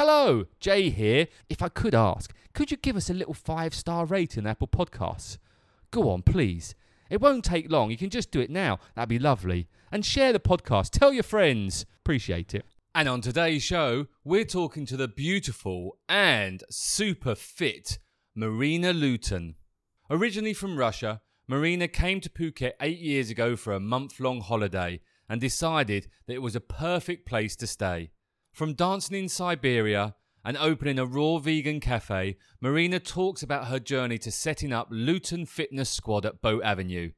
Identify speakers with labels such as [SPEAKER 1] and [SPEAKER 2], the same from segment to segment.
[SPEAKER 1] Hello, Jay here. If I could ask, could you give us a little five star rating on Apple Podcasts? Go on, please. It won't take long. You can just do it now. That'd be lovely. And share the podcast. Tell your friends. Appreciate it. And on today's show, we're talking to the beautiful and super fit Marina Luton. Originally from Russia, Marina came to Phuket eight years ago for a month long holiday and decided that it was a perfect place to stay. From dancing in Siberia and opening a raw vegan cafe, Marina talks about her journey to setting up Luton Fitness Squad at Boat Avenue.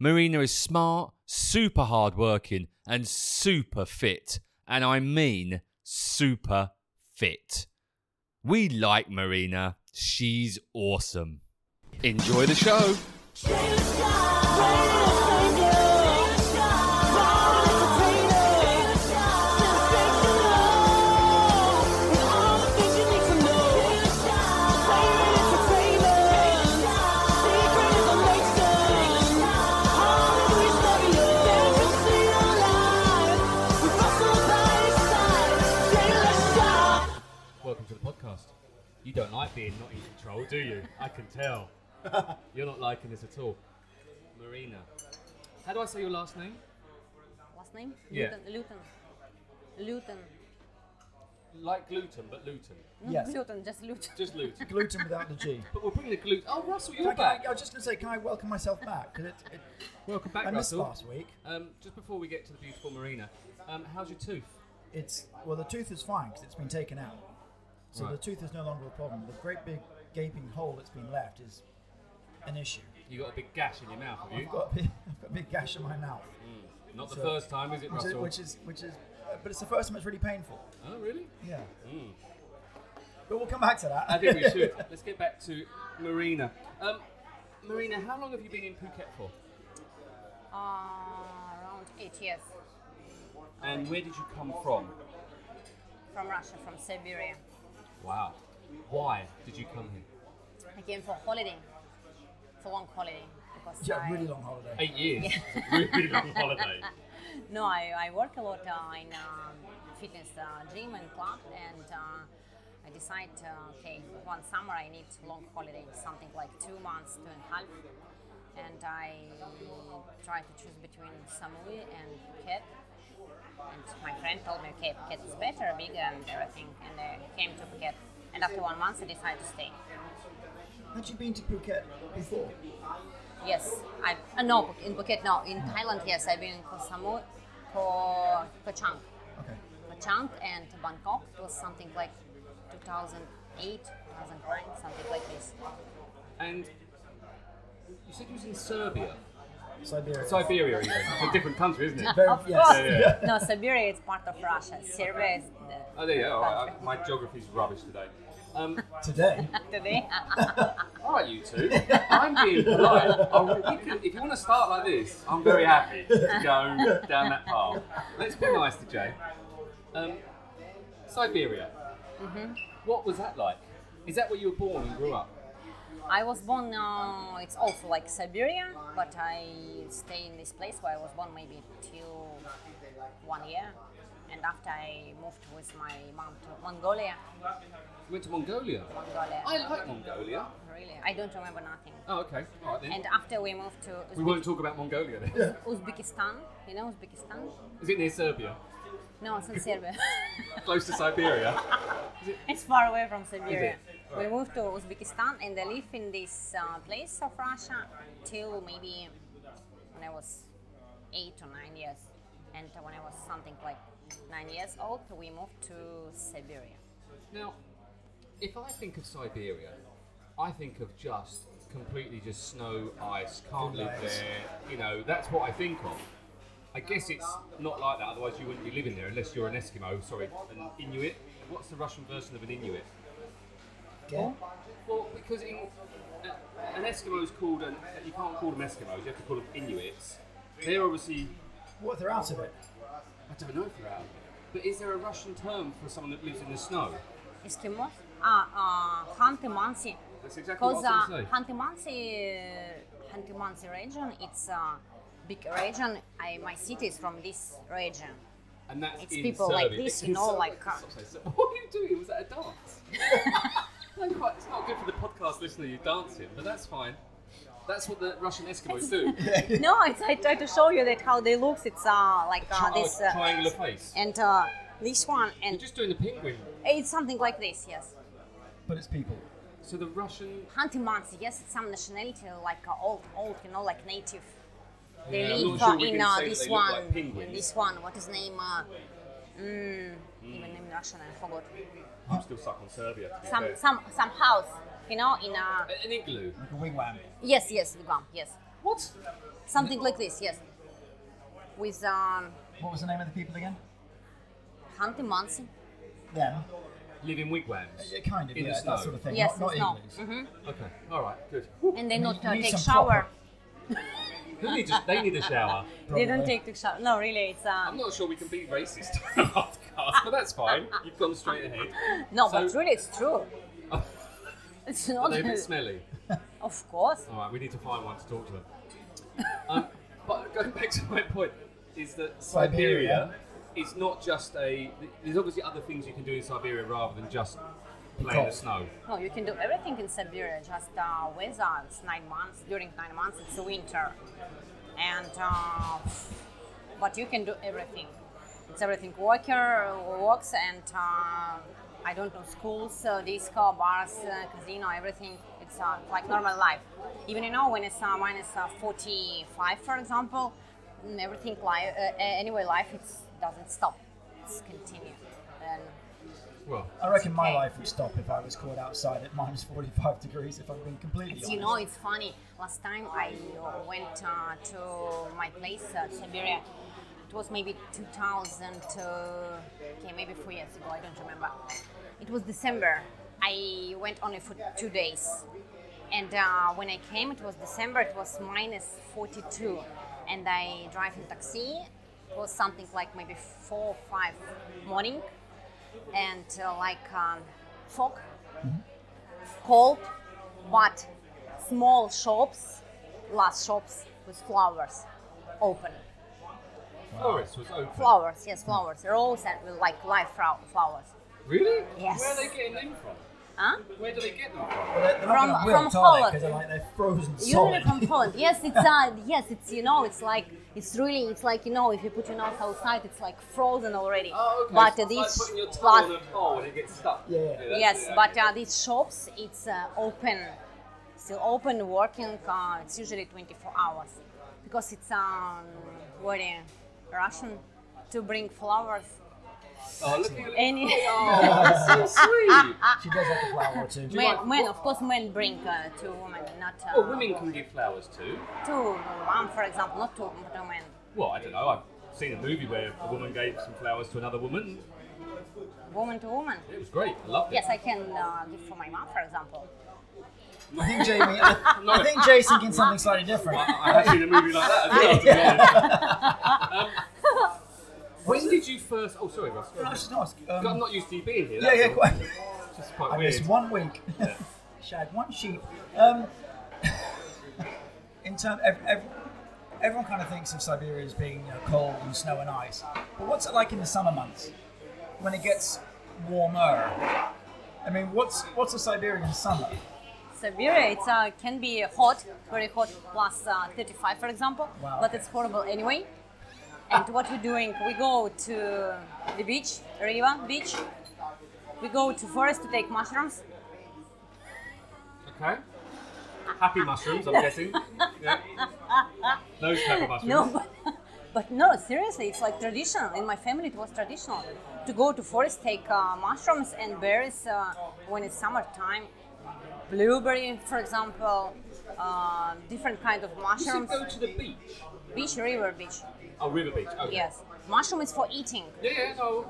[SPEAKER 1] Marina is smart, super hardworking, and super fit. And I mean super fit. We like Marina. She's awesome. Enjoy the show.
[SPEAKER 2] Welcome to the podcast. You don't like being not in control, do you? I can tell. You're not liking this at all. Marina. How do I say your last name?
[SPEAKER 3] Last name?
[SPEAKER 2] Yeah.
[SPEAKER 3] Luton. Luton. Luton.
[SPEAKER 2] Like gluten, but Luton.
[SPEAKER 3] No,
[SPEAKER 4] Yes.
[SPEAKER 3] Luton, just Luton.
[SPEAKER 2] Just Luton.
[SPEAKER 4] gluten without the G.
[SPEAKER 2] But we're bringing the gluten. Oh, Russell,
[SPEAKER 4] Can I,
[SPEAKER 2] you're
[SPEAKER 4] can I,
[SPEAKER 2] back.
[SPEAKER 4] I was just going to say, can I welcome myself back? Because it, it,
[SPEAKER 2] Welcome back,
[SPEAKER 4] I missed
[SPEAKER 2] Russell.
[SPEAKER 4] last week.
[SPEAKER 2] Um, just before we get to the beautiful Marina, um, how's your tooth?
[SPEAKER 4] It's well, the tooth is fine because it's been taken out, so
[SPEAKER 2] Right.
[SPEAKER 4] the tooth is no longer a problem. The great big gaping hole that's been left is an issue.
[SPEAKER 2] You got a big gash in your mouth, have you?
[SPEAKER 4] I've got a big, I've got a big gash in my mouth,
[SPEAKER 2] Not the
[SPEAKER 4] So-
[SPEAKER 2] first time, is it,
[SPEAKER 4] which is,
[SPEAKER 2] Russell?
[SPEAKER 4] which is which is, uh, but it's the first time it's really painful.
[SPEAKER 2] Oh, really?
[SPEAKER 4] Yeah.
[SPEAKER 2] Hmm.
[SPEAKER 4] But we'll come back to that.
[SPEAKER 2] I think we should. Let's get back to Marina. Um, Marina, how long have you been in Phuket for?
[SPEAKER 3] Uh, around eight years.
[SPEAKER 2] And where did you come from?
[SPEAKER 3] From Russia, from Siberia.
[SPEAKER 2] Wow. Why did you come here?
[SPEAKER 3] I came for holiday. For long holiday. Because
[SPEAKER 4] yeah,
[SPEAKER 3] I,
[SPEAKER 4] really long holiday.
[SPEAKER 2] Eight years. It's a really long holiday.
[SPEAKER 3] No, I, I work a lot uh, in um, fitness uh, gym and club, and uh, I decide, uh, okay, one summer I need long holiday, something like two months, two and a half, and I try to choose between Samui and Phuket. And my friend told me, okay, Phuket is better, bigger, and everything, and I came to Phuket. And after one month, I decided to stay.
[SPEAKER 4] Had you been to Phuket before?
[SPEAKER 3] Yes, I uh, no in Phuket, no in Thailand. Yes, I've been in Koh Samui, Koh Koh Chang.
[SPEAKER 4] Okay.
[SPEAKER 3] Phuket and Bangkok. It was something like 2008, 2009, something like this.
[SPEAKER 2] And you said you was in Serbia.
[SPEAKER 4] Siberia.
[SPEAKER 2] Siberia, even. It's a different country, isn't it?
[SPEAKER 4] Very-
[SPEAKER 3] Of
[SPEAKER 4] yes.
[SPEAKER 3] course.
[SPEAKER 2] Yeah, yeah.
[SPEAKER 3] No, Siberia is part of Russia. Serbia is the,
[SPEAKER 2] Oh, there you go. All right. I- My geography's rubbish today. Um,
[SPEAKER 4] Today.
[SPEAKER 3] today.
[SPEAKER 2] all right, you two. I'm being polite. I'll- you can- if you want to start like this, I'm very happy to go down that path. Let's be nice to Jay. Um, Siberia. What was that like? Is that where you were born and grew up?
[SPEAKER 3] I was born. Uh, it's also like Siberia, but I stay in this place where I was born maybe till one year, and after I moved with my mom to Mongolia.
[SPEAKER 2] You went to Mongolia.
[SPEAKER 3] Mongolia.
[SPEAKER 2] I like Mongolia.
[SPEAKER 3] Really, I don't remember nothing.
[SPEAKER 2] Oh, okay. All right then.
[SPEAKER 3] And uh, after we moved to
[SPEAKER 2] we
[SPEAKER 3] Uzbek-
[SPEAKER 2] won't talk about Mongolia then.
[SPEAKER 3] Uzbekistan, you know Uzbekistan?
[SPEAKER 2] Is it near Serbia?
[SPEAKER 3] No, it's in Serbia.
[SPEAKER 2] Close to Siberia?
[SPEAKER 3] it's far away from Siberia.
[SPEAKER 2] Is it?
[SPEAKER 3] We moved to Uzbekistan and I lived in this uh, place of Russia till maybe when I was eight or nine years. And when I was something like nine years old, we moved to Siberia.
[SPEAKER 2] Now, if I think of Siberia, I think of just completely just snow, ice, can't live there. You know, that's what I think of. I guess it's not like that, otherwise you wouldn't be living there unless you're an Eskimo, sorry, an Inuit. What's the Russian version of an Inuit?
[SPEAKER 4] Yeah.
[SPEAKER 2] Well, because in, uh, an Eskimo is called an, you can't call them Eskimos, you have to call them Inuits. They're obviously
[SPEAKER 4] What if they're out of it?
[SPEAKER 2] I don't know if you're out. But is there a Russian term for someone that lives in the snow?
[SPEAKER 3] Eskimos? Ah, uh, Hanty Mansi.
[SPEAKER 2] That's exactly
[SPEAKER 3] Because
[SPEAKER 2] what I was
[SPEAKER 3] uh,
[SPEAKER 2] going to say.
[SPEAKER 3] Hantimansi, Hantimansi region, it's a big region. I, my city is from this region.
[SPEAKER 2] And that's
[SPEAKER 3] it's
[SPEAKER 2] in
[SPEAKER 3] people like
[SPEAKER 2] Serbia.
[SPEAKER 3] this,
[SPEAKER 2] It's
[SPEAKER 3] you know,
[SPEAKER 2] in
[SPEAKER 3] like,
[SPEAKER 2] Serbia. Stop saying Ser- What are you doing? Was that a listener, you're dancing, but that's fine. That's what the Russian Eskimos do.
[SPEAKER 3] no, it's, I try to show you that how they looks. It's uh, like uh,
[SPEAKER 2] Tri-
[SPEAKER 3] this. Uh,
[SPEAKER 2] triangular face.
[SPEAKER 3] and uh, this one,
[SPEAKER 2] You're
[SPEAKER 3] and
[SPEAKER 2] just doing the penguin.
[SPEAKER 3] it's something like this, yes.
[SPEAKER 4] But it's people.
[SPEAKER 2] So the Russian.
[SPEAKER 3] Hunting months, yes, it's some nationality, like uh, old, old, you know, like native. They
[SPEAKER 2] Yeah, I'm
[SPEAKER 3] live
[SPEAKER 2] not sure
[SPEAKER 3] uh,
[SPEAKER 2] we
[SPEAKER 3] in
[SPEAKER 2] can
[SPEAKER 3] uh,
[SPEAKER 2] say that
[SPEAKER 3] this
[SPEAKER 2] they look
[SPEAKER 3] one,
[SPEAKER 2] like
[SPEAKER 3] in
[SPEAKER 2] penguins.
[SPEAKER 3] this one. What is name? Uh, mm, Even name in Russian, I forgot.
[SPEAKER 2] I'm still stuck on Serbia. To be
[SPEAKER 3] Some,
[SPEAKER 2] fair.
[SPEAKER 3] some, some house, you know, in uh,
[SPEAKER 2] An igloo.
[SPEAKER 4] Like a wigwam.
[SPEAKER 3] yes, yes, Vigam, yes,
[SPEAKER 2] What?
[SPEAKER 3] something like this, yes. With um,
[SPEAKER 4] What was the name of the people again?
[SPEAKER 3] hunting months,
[SPEAKER 4] Them.
[SPEAKER 2] Live in wigwams.
[SPEAKER 4] Yeah, kind of,
[SPEAKER 2] In the
[SPEAKER 4] yeah,
[SPEAKER 2] snow.
[SPEAKER 4] that sort of thing.
[SPEAKER 3] yes,
[SPEAKER 4] not,
[SPEAKER 3] it's
[SPEAKER 4] not
[SPEAKER 3] no,
[SPEAKER 4] igloos.
[SPEAKER 3] hmm
[SPEAKER 2] Okay. All right. Good.
[SPEAKER 3] and they
[SPEAKER 4] You
[SPEAKER 3] not
[SPEAKER 4] need-
[SPEAKER 3] uh,
[SPEAKER 4] you need
[SPEAKER 3] take
[SPEAKER 4] some
[SPEAKER 3] shower.
[SPEAKER 4] proper-
[SPEAKER 2] They need a, they need a shower.
[SPEAKER 3] They don't
[SPEAKER 4] probably.
[SPEAKER 3] take the shower. No, really, it's uh,
[SPEAKER 2] I'm not sure we can be racist on a podcast, but that's fine. You've gone straight ahead.
[SPEAKER 3] no,
[SPEAKER 2] so-
[SPEAKER 3] but really, it's true.
[SPEAKER 2] Are
[SPEAKER 3] It's
[SPEAKER 2] they a
[SPEAKER 3] not.
[SPEAKER 2] bit smelly?
[SPEAKER 3] Of course.
[SPEAKER 2] All right, we need to find one to talk to them. um, but going back to my point, is that Siberia,
[SPEAKER 4] Siberia.
[SPEAKER 2] is not just a. There's obviously other things you can do in Siberia rather than just play in the
[SPEAKER 4] Because-
[SPEAKER 2] snow.
[SPEAKER 3] No, you can do everything in Siberia. Just uh, weather. It's nine months. During nine months, it's winter, and uh, but you can do everything. It's everything. Worker works and uh, I don't know schools, uh, disco, bars, uh, casino, everything. It's uh, like normal life. Even you know when it's uh, minus uh, 45, for example, mm, everything like uh, anyway life it doesn't stop. It's continue. And
[SPEAKER 2] Well,
[SPEAKER 4] I reckon my
[SPEAKER 3] Okay.
[SPEAKER 4] life would stop if I was caught outside at minus 45 degrees, if I'm being completely
[SPEAKER 3] It's,
[SPEAKER 4] honest.
[SPEAKER 3] you know, it's funny. Last time I uh, went uh, to my place, uh, Siberia. It was maybe 2000, uh, okay, maybe four years ago. I don't remember. It was December. I went only for two days, and uh, when I came, it was December. It was minus 42, and I drive in taxi. It was something like maybe four, five morning, and uh, like um, fog cold but small shops last shops with flowers open
[SPEAKER 2] Florist was open.
[SPEAKER 3] flowers yes flowers rose and with like live flow- flowers
[SPEAKER 2] Really?
[SPEAKER 3] Yes.
[SPEAKER 2] Where are they getting them from?
[SPEAKER 3] huh
[SPEAKER 2] Where do they get them from?
[SPEAKER 4] They're, they're
[SPEAKER 3] From-
[SPEAKER 4] not gonna
[SPEAKER 3] from
[SPEAKER 4] wilt, are
[SPEAKER 3] Holland.
[SPEAKER 4] because they're like they're frozen
[SPEAKER 3] usually
[SPEAKER 4] solid.
[SPEAKER 3] from Poland yes it's uh yes it's you know it's like it's really it's like you know if you put your nose outside it's like frozen already
[SPEAKER 2] Oh, okay.
[SPEAKER 3] but
[SPEAKER 2] so
[SPEAKER 3] uh,
[SPEAKER 2] it's
[SPEAKER 3] these
[SPEAKER 2] like putting your tongue
[SPEAKER 3] but-
[SPEAKER 2] on a pole and it gets stuck.
[SPEAKER 4] Yeah.
[SPEAKER 2] that's
[SPEAKER 3] yes
[SPEAKER 2] it,
[SPEAKER 3] but
[SPEAKER 2] okay.
[SPEAKER 3] uh, these shops it's uh, open still open working uh, it's usually 24 hours because it's um very russian to bring flowers
[SPEAKER 2] Oh, look at it.
[SPEAKER 3] any
[SPEAKER 2] Oh, so
[SPEAKER 3] ah,
[SPEAKER 2] sweet.
[SPEAKER 4] she does like a flower or two.
[SPEAKER 2] you
[SPEAKER 3] men,
[SPEAKER 2] like-
[SPEAKER 3] men of course men bring uh, to women not uh,
[SPEAKER 2] Well, women can give flowers too.
[SPEAKER 3] to mom for example not to, to men
[SPEAKER 2] Well, I don't know. I've seen a movie where a woman gave some flowers to another woman.
[SPEAKER 3] woman to woman
[SPEAKER 2] It was great. I loved it.
[SPEAKER 3] yes i can uh, give for my mom for example
[SPEAKER 4] I think Jamie, I,
[SPEAKER 2] No.
[SPEAKER 4] I think Jason can something slightly different.
[SPEAKER 2] I have seen a movie like that as well. To be honest. um, when did you first? Oh, sorry, Russ.
[SPEAKER 4] I should ask. Um,
[SPEAKER 2] I'm not used to you being here.
[SPEAKER 4] yeah,
[SPEAKER 2] that's
[SPEAKER 4] yeah,
[SPEAKER 2] all.
[SPEAKER 4] quite.
[SPEAKER 2] It's just quite
[SPEAKER 4] I
[SPEAKER 2] weird.
[SPEAKER 4] missed one week. Shag one sheep. Um, in term, ev- ev- everyone kind of thinks of Siberia as being you know, cold and snow and ice. But what's it like in the summer months when it gets warmer? I mean, what's what's a Siberian summer?
[SPEAKER 3] Siberia, it uh, can be hot, very hot, plus uh, 35, for example.
[SPEAKER 4] Wow.
[SPEAKER 3] But it's horrible anyway. And what we're doing, we go to the beach, Riva beach. We go to forest to take mushrooms.
[SPEAKER 2] Okay. Happy mushrooms, I'm guessing. Yeah. Those type of mushrooms.
[SPEAKER 3] No, but, but no, seriously, it's like traditional. In my family, it was traditional to go to forest, take uh, mushrooms and berries uh, when it's summertime. Blueberry, for example, uh, different kind of
[SPEAKER 2] You should
[SPEAKER 3] mushrooms.
[SPEAKER 2] go to the beach.
[SPEAKER 3] Beach, river, beach.
[SPEAKER 2] Oh, River Beach. Okay.
[SPEAKER 3] Yes, mushroom is for eating.
[SPEAKER 2] Yeah, yeah, no.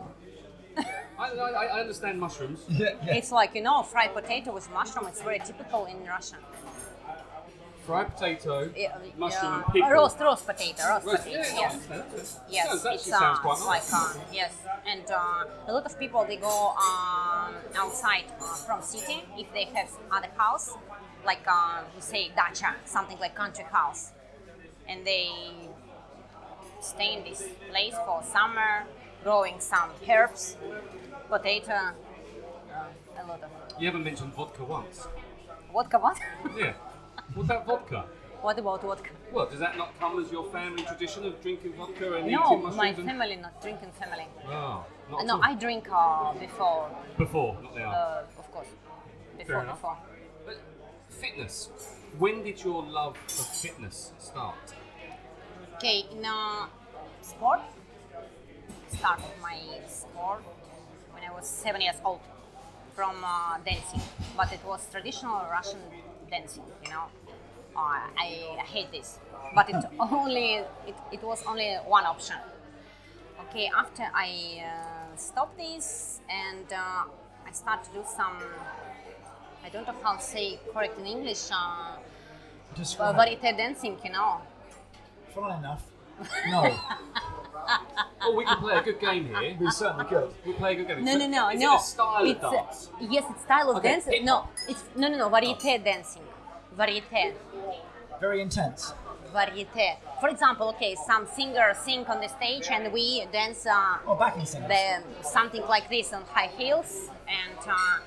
[SPEAKER 2] I, I, I understand mushrooms.
[SPEAKER 4] Yeah, yeah.
[SPEAKER 3] It's like you know, fried potato with mushroom. It's very typical in Russia.
[SPEAKER 2] Fried potato,
[SPEAKER 3] Yeah,
[SPEAKER 2] mushroom,
[SPEAKER 3] yeah,
[SPEAKER 2] and pickle.
[SPEAKER 3] roast, roast potato, roast,
[SPEAKER 2] Roast-
[SPEAKER 3] potato.
[SPEAKER 2] yeah, yeah, no, I
[SPEAKER 3] yes,
[SPEAKER 2] understand that.
[SPEAKER 3] yes.
[SPEAKER 2] Sounds, actually
[SPEAKER 3] it's
[SPEAKER 2] sounds
[SPEAKER 3] uh,
[SPEAKER 2] quite
[SPEAKER 3] it's
[SPEAKER 2] nice.
[SPEAKER 3] like uh, yes, and uh, a lot of people they go um, outside uh, from city if they have other house, like uh, we say dacha, something like country house, and they stay in this place for summer, growing some herbs, potato, uh, a lot of.
[SPEAKER 2] You haven't mentioned vodka once.
[SPEAKER 3] Vodka, what?
[SPEAKER 2] Yeah. What's that vodka?
[SPEAKER 3] what about vodka?
[SPEAKER 2] Well, does that not come as your family tradition of drinking vodka and
[SPEAKER 3] No,
[SPEAKER 2] eating mushrooms?
[SPEAKER 3] my
[SPEAKER 2] and-
[SPEAKER 3] family not drinking family.
[SPEAKER 2] Oh, not
[SPEAKER 3] Uh,
[SPEAKER 2] at
[SPEAKER 3] No,
[SPEAKER 2] all.
[SPEAKER 3] I drink uh, before,
[SPEAKER 2] Before, not now.
[SPEAKER 3] uh, of course. Before,
[SPEAKER 2] enough.
[SPEAKER 3] before.
[SPEAKER 2] But fitness. When did your love for fitness start?
[SPEAKER 3] Okay, in uh, sport, started my sport when I was seven years old from uh, dancing, but it was traditional Russian dancing, you know. Uh, I hate this, but it only it, it was only one option. Okay, after I uh, stopped this and uh, I start to do some. I don't know how to say correct in English. Uh,
[SPEAKER 4] Describe.
[SPEAKER 3] varieté dancing, you know.
[SPEAKER 4] Fine enough. No,
[SPEAKER 2] Oh, we can play a good game here.
[SPEAKER 4] we certainly could.
[SPEAKER 2] We'll play a good game.
[SPEAKER 3] No, no, no,
[SPEAKER 2] Is
[SPEAKER 3] no.
[SPEAKER 2] It a style
[SPEAKER 3] it's
[SPEAKER 2] of dance.
[SPEAKER 3] uh, yes, it's style of
[SPEAKER 2] Okay,
[SPEAKER 3] dance.
[SPEAKER 2] hip
[SPEAKER 3] No, it's no, no, no. Varieté dancing, varieté,
[SPEAKER 4] Very intense.
[SPEAKER 3] varieté. For example, okay, some singer sing on the stage and we dance uh,
[SPEAKER 4] Or backing singers.
[SPEAKER 3] the, something like this on high heels. And uh,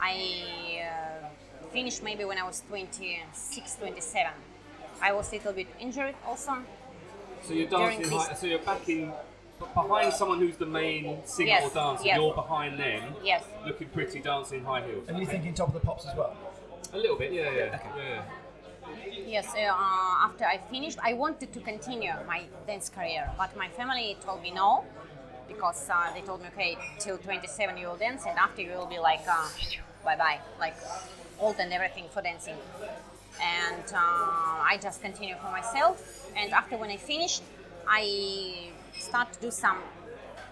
[SPEAKER 3] I uh, finished maybe when I was 26, 27. I was a little bit injured also.
[SPEAKER 2] So you're
[SPEAKER 3] During
[SPEAKER 2] dancing.
[SPEAKER 3] this-
[SPEAKER 2] High, so you're backing behind someone who's the main singer
[SPEAKER 3] Yes,
[SPEAKER 2] or dancer.
[SPEAKER 3] yes.
[SPEAKER 2] You're behind them.
[SPEAKER 3] Yes.
[SPEAKER 2] Looking pretty, dancing high heels.
[SPEAKER 4] And you
[SPEAKER 2] Okay.
[SPEAKER 4] thinking top of the pops as well?
[SPEAKER 2] a little bit? Yeah, yeah, yeah.
[SPEAKER 3] Yes, uh, after I finished, I wanted to continue my dance career, but my family told me no because uh, they told me, okay, till 27 you will dance, and after you will be like, uh, bye bye, like old and everything for dancing. And uh, I just continue for myself. And after when I finished, I start to do some.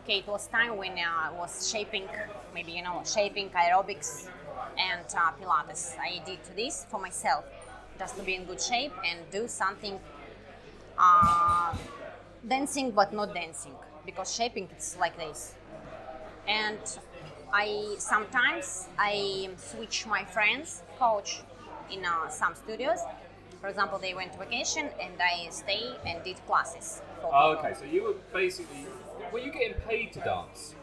[SPEAKER 3] Okay, it was time when uh, I was shaping, maybe you know, shaping aerobics and uh, Pilates. I did this for myself, just to be in good shape and do something uh, dancing but not dancing because shaping it's like this and i sometimes i switch my friends coach in uh, some studios for example they went to vacation and i stay and did classes
[SPEAKER 2] Oh,
[SPEAKER 3] for people.
[SPEAKER 2] okay, so you were basically. Were you getting paid to dance?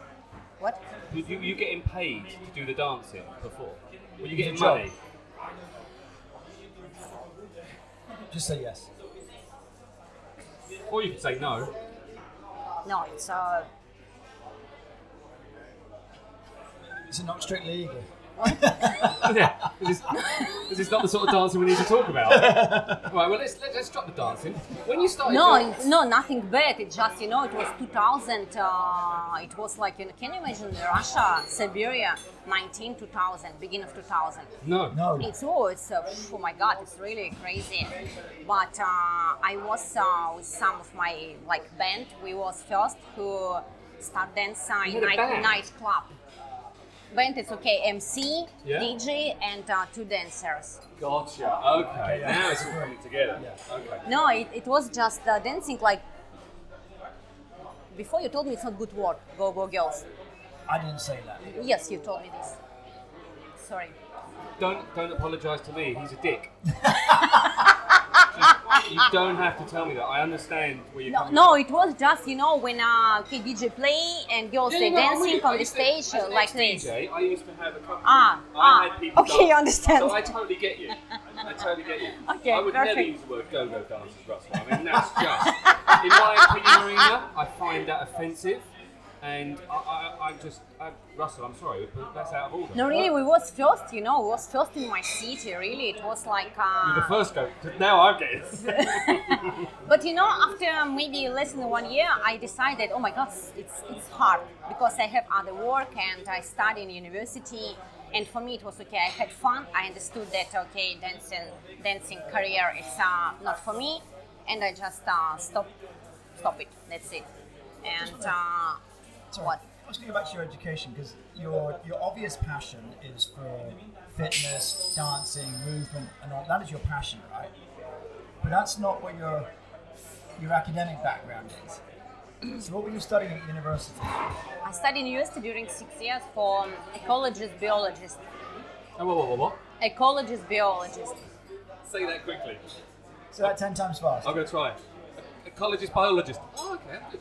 [SPEAKER 3] what
[SPEAKER 2] Were you, you getting paid to do the dancing before? Were you getting
[SPEAKER 4] Good job.
[SPEAKER 2] money?
[SPEAKER 4] Just say yes.
[SPEAKER 2] Or you could say no.
[SPEAKER 3] no it's uh
[SPEAKER 4] Is it not strictly legal?
[SPEAKER 2] yeah, this is, this is not the sort of dancing we need to talk about. right, well, let's, let's, let's drop the dancing. When you started.
[SPEAKER 3] no
[SPEAKER 2] doing-
[SPEAKER 3] it's, no nothing bad it's just you know it was 2000 uh, it was like you know, can you imagine russia siberia 19 2000 beginning of 2000
[SPEAKER 2] no.
[SPEAKER 4] No.
[SPEAKER 3] It's oh, it's uh, oh my god, it's really crazy. But uh, I was uh, with some of my like band. We was first who start dance uh, in
[SPEAKER 2] had a
[SPEAKER 3] night
[SPEAKER 2] band?
[SPEAKER 3] nightclub. Band is okay, MC,
[SPEAKER 2] Yeah.
[SPEAKER 3] DJ, and uh, two dancers.
[SPEAKER 2] Gotcha. Okay,
[SPEAKER 4] Yeah.
[SPEAKER 2] now it's all coming together.
[SPEAKER 4] Yeah.
[SPEAKER 2] Okay.
[SPEAKER 3] No, it, it was just uh, dancing like. Before you told me it's not good word, go go girls.
[SPEAKER 4] I didn't say that.
[SPEAKER 3] Yes, you told me this. Sorry.
[SPEAKER 2] Don't, don't apologise to me, he's a dick. you don't have to tell me that. I understand where you're
[SPEAKER 3] No,
[SPEAKER 2] coming
[SPEAKER 3] no,
[SPEAKER 2] from.
[SPEAKER 3] it was just you know when uh, okay, DJ play and girls they
[SPEAKER 2] Yeah, yeah, I'm with
[SPEAKER 3] dancing
[SPEAKER 2] you. I
[SPEAKER 3] on the
[SPEAKER 2] used to-
[SPEAKER 3] stage
[SPEAKER 2] as an
[SPEAKER 3] uh, like this.
[SPEAKER 2] ex-DJ, I used to have a couple. I
[SPEAKER 3] Ah, ah,
[SPEAKER 2] had people
[SPEAKER 3] okay,
[SPEAKER 2] dance.
[SPEAKER 3] I understand.
[SPEAKER 2] So I totally get you. I totally get you.
[SPEAKER 3] Okay,
[SPEAKER 2] I would never
[SPEAKER 3] perfect.
[SPEAKER 2] use the word go-go dancers, Russell. I mean, that's just in my opinion, Marina. I find that offensive, and I, I, I'm just I, Russell. I'm sorry, but that's out of order.
[SPEAKER 3] No, really, we was first, you know, we was first in my city. Really, it was like.
[SPEAKER 2] You're the
[SPEAKER 3] Uh,
[SPEAKER 2] first go. Now I'm getting.
[SPEAKER 3] but you know, after maybe less than one year, I decided, oh my God, it's it's hard because I have other work and I study in university. And for me, it was okay. I had fun. I understood that okay, dancing dancing career is uh, not for me, and I just uh, stop stop it. That's it. And uh,
[SPEAKER 4] Sorry.
[SPEAKER 3] what?
[SPEAKER 4] I was going to go back to your education because your your obvious passion is for fitness, dancing, movement, and all. That is your passion, right? But that's not what your your academic background is. So, what were you studying at university?
[SPEAKER 3] I studied in university during six years for um, ecologist biologist.
[SPEAKER 2] oh, what, what, what, what?
[SPEAKER 3] Ecologist biologist.
[SPEAKER 2] Say that quickly.
[SPEAKER 4] Say that ten times fast.
[SPEAKER 2] I'm gonna try. Ecologist, biologist. Oh, okay. that's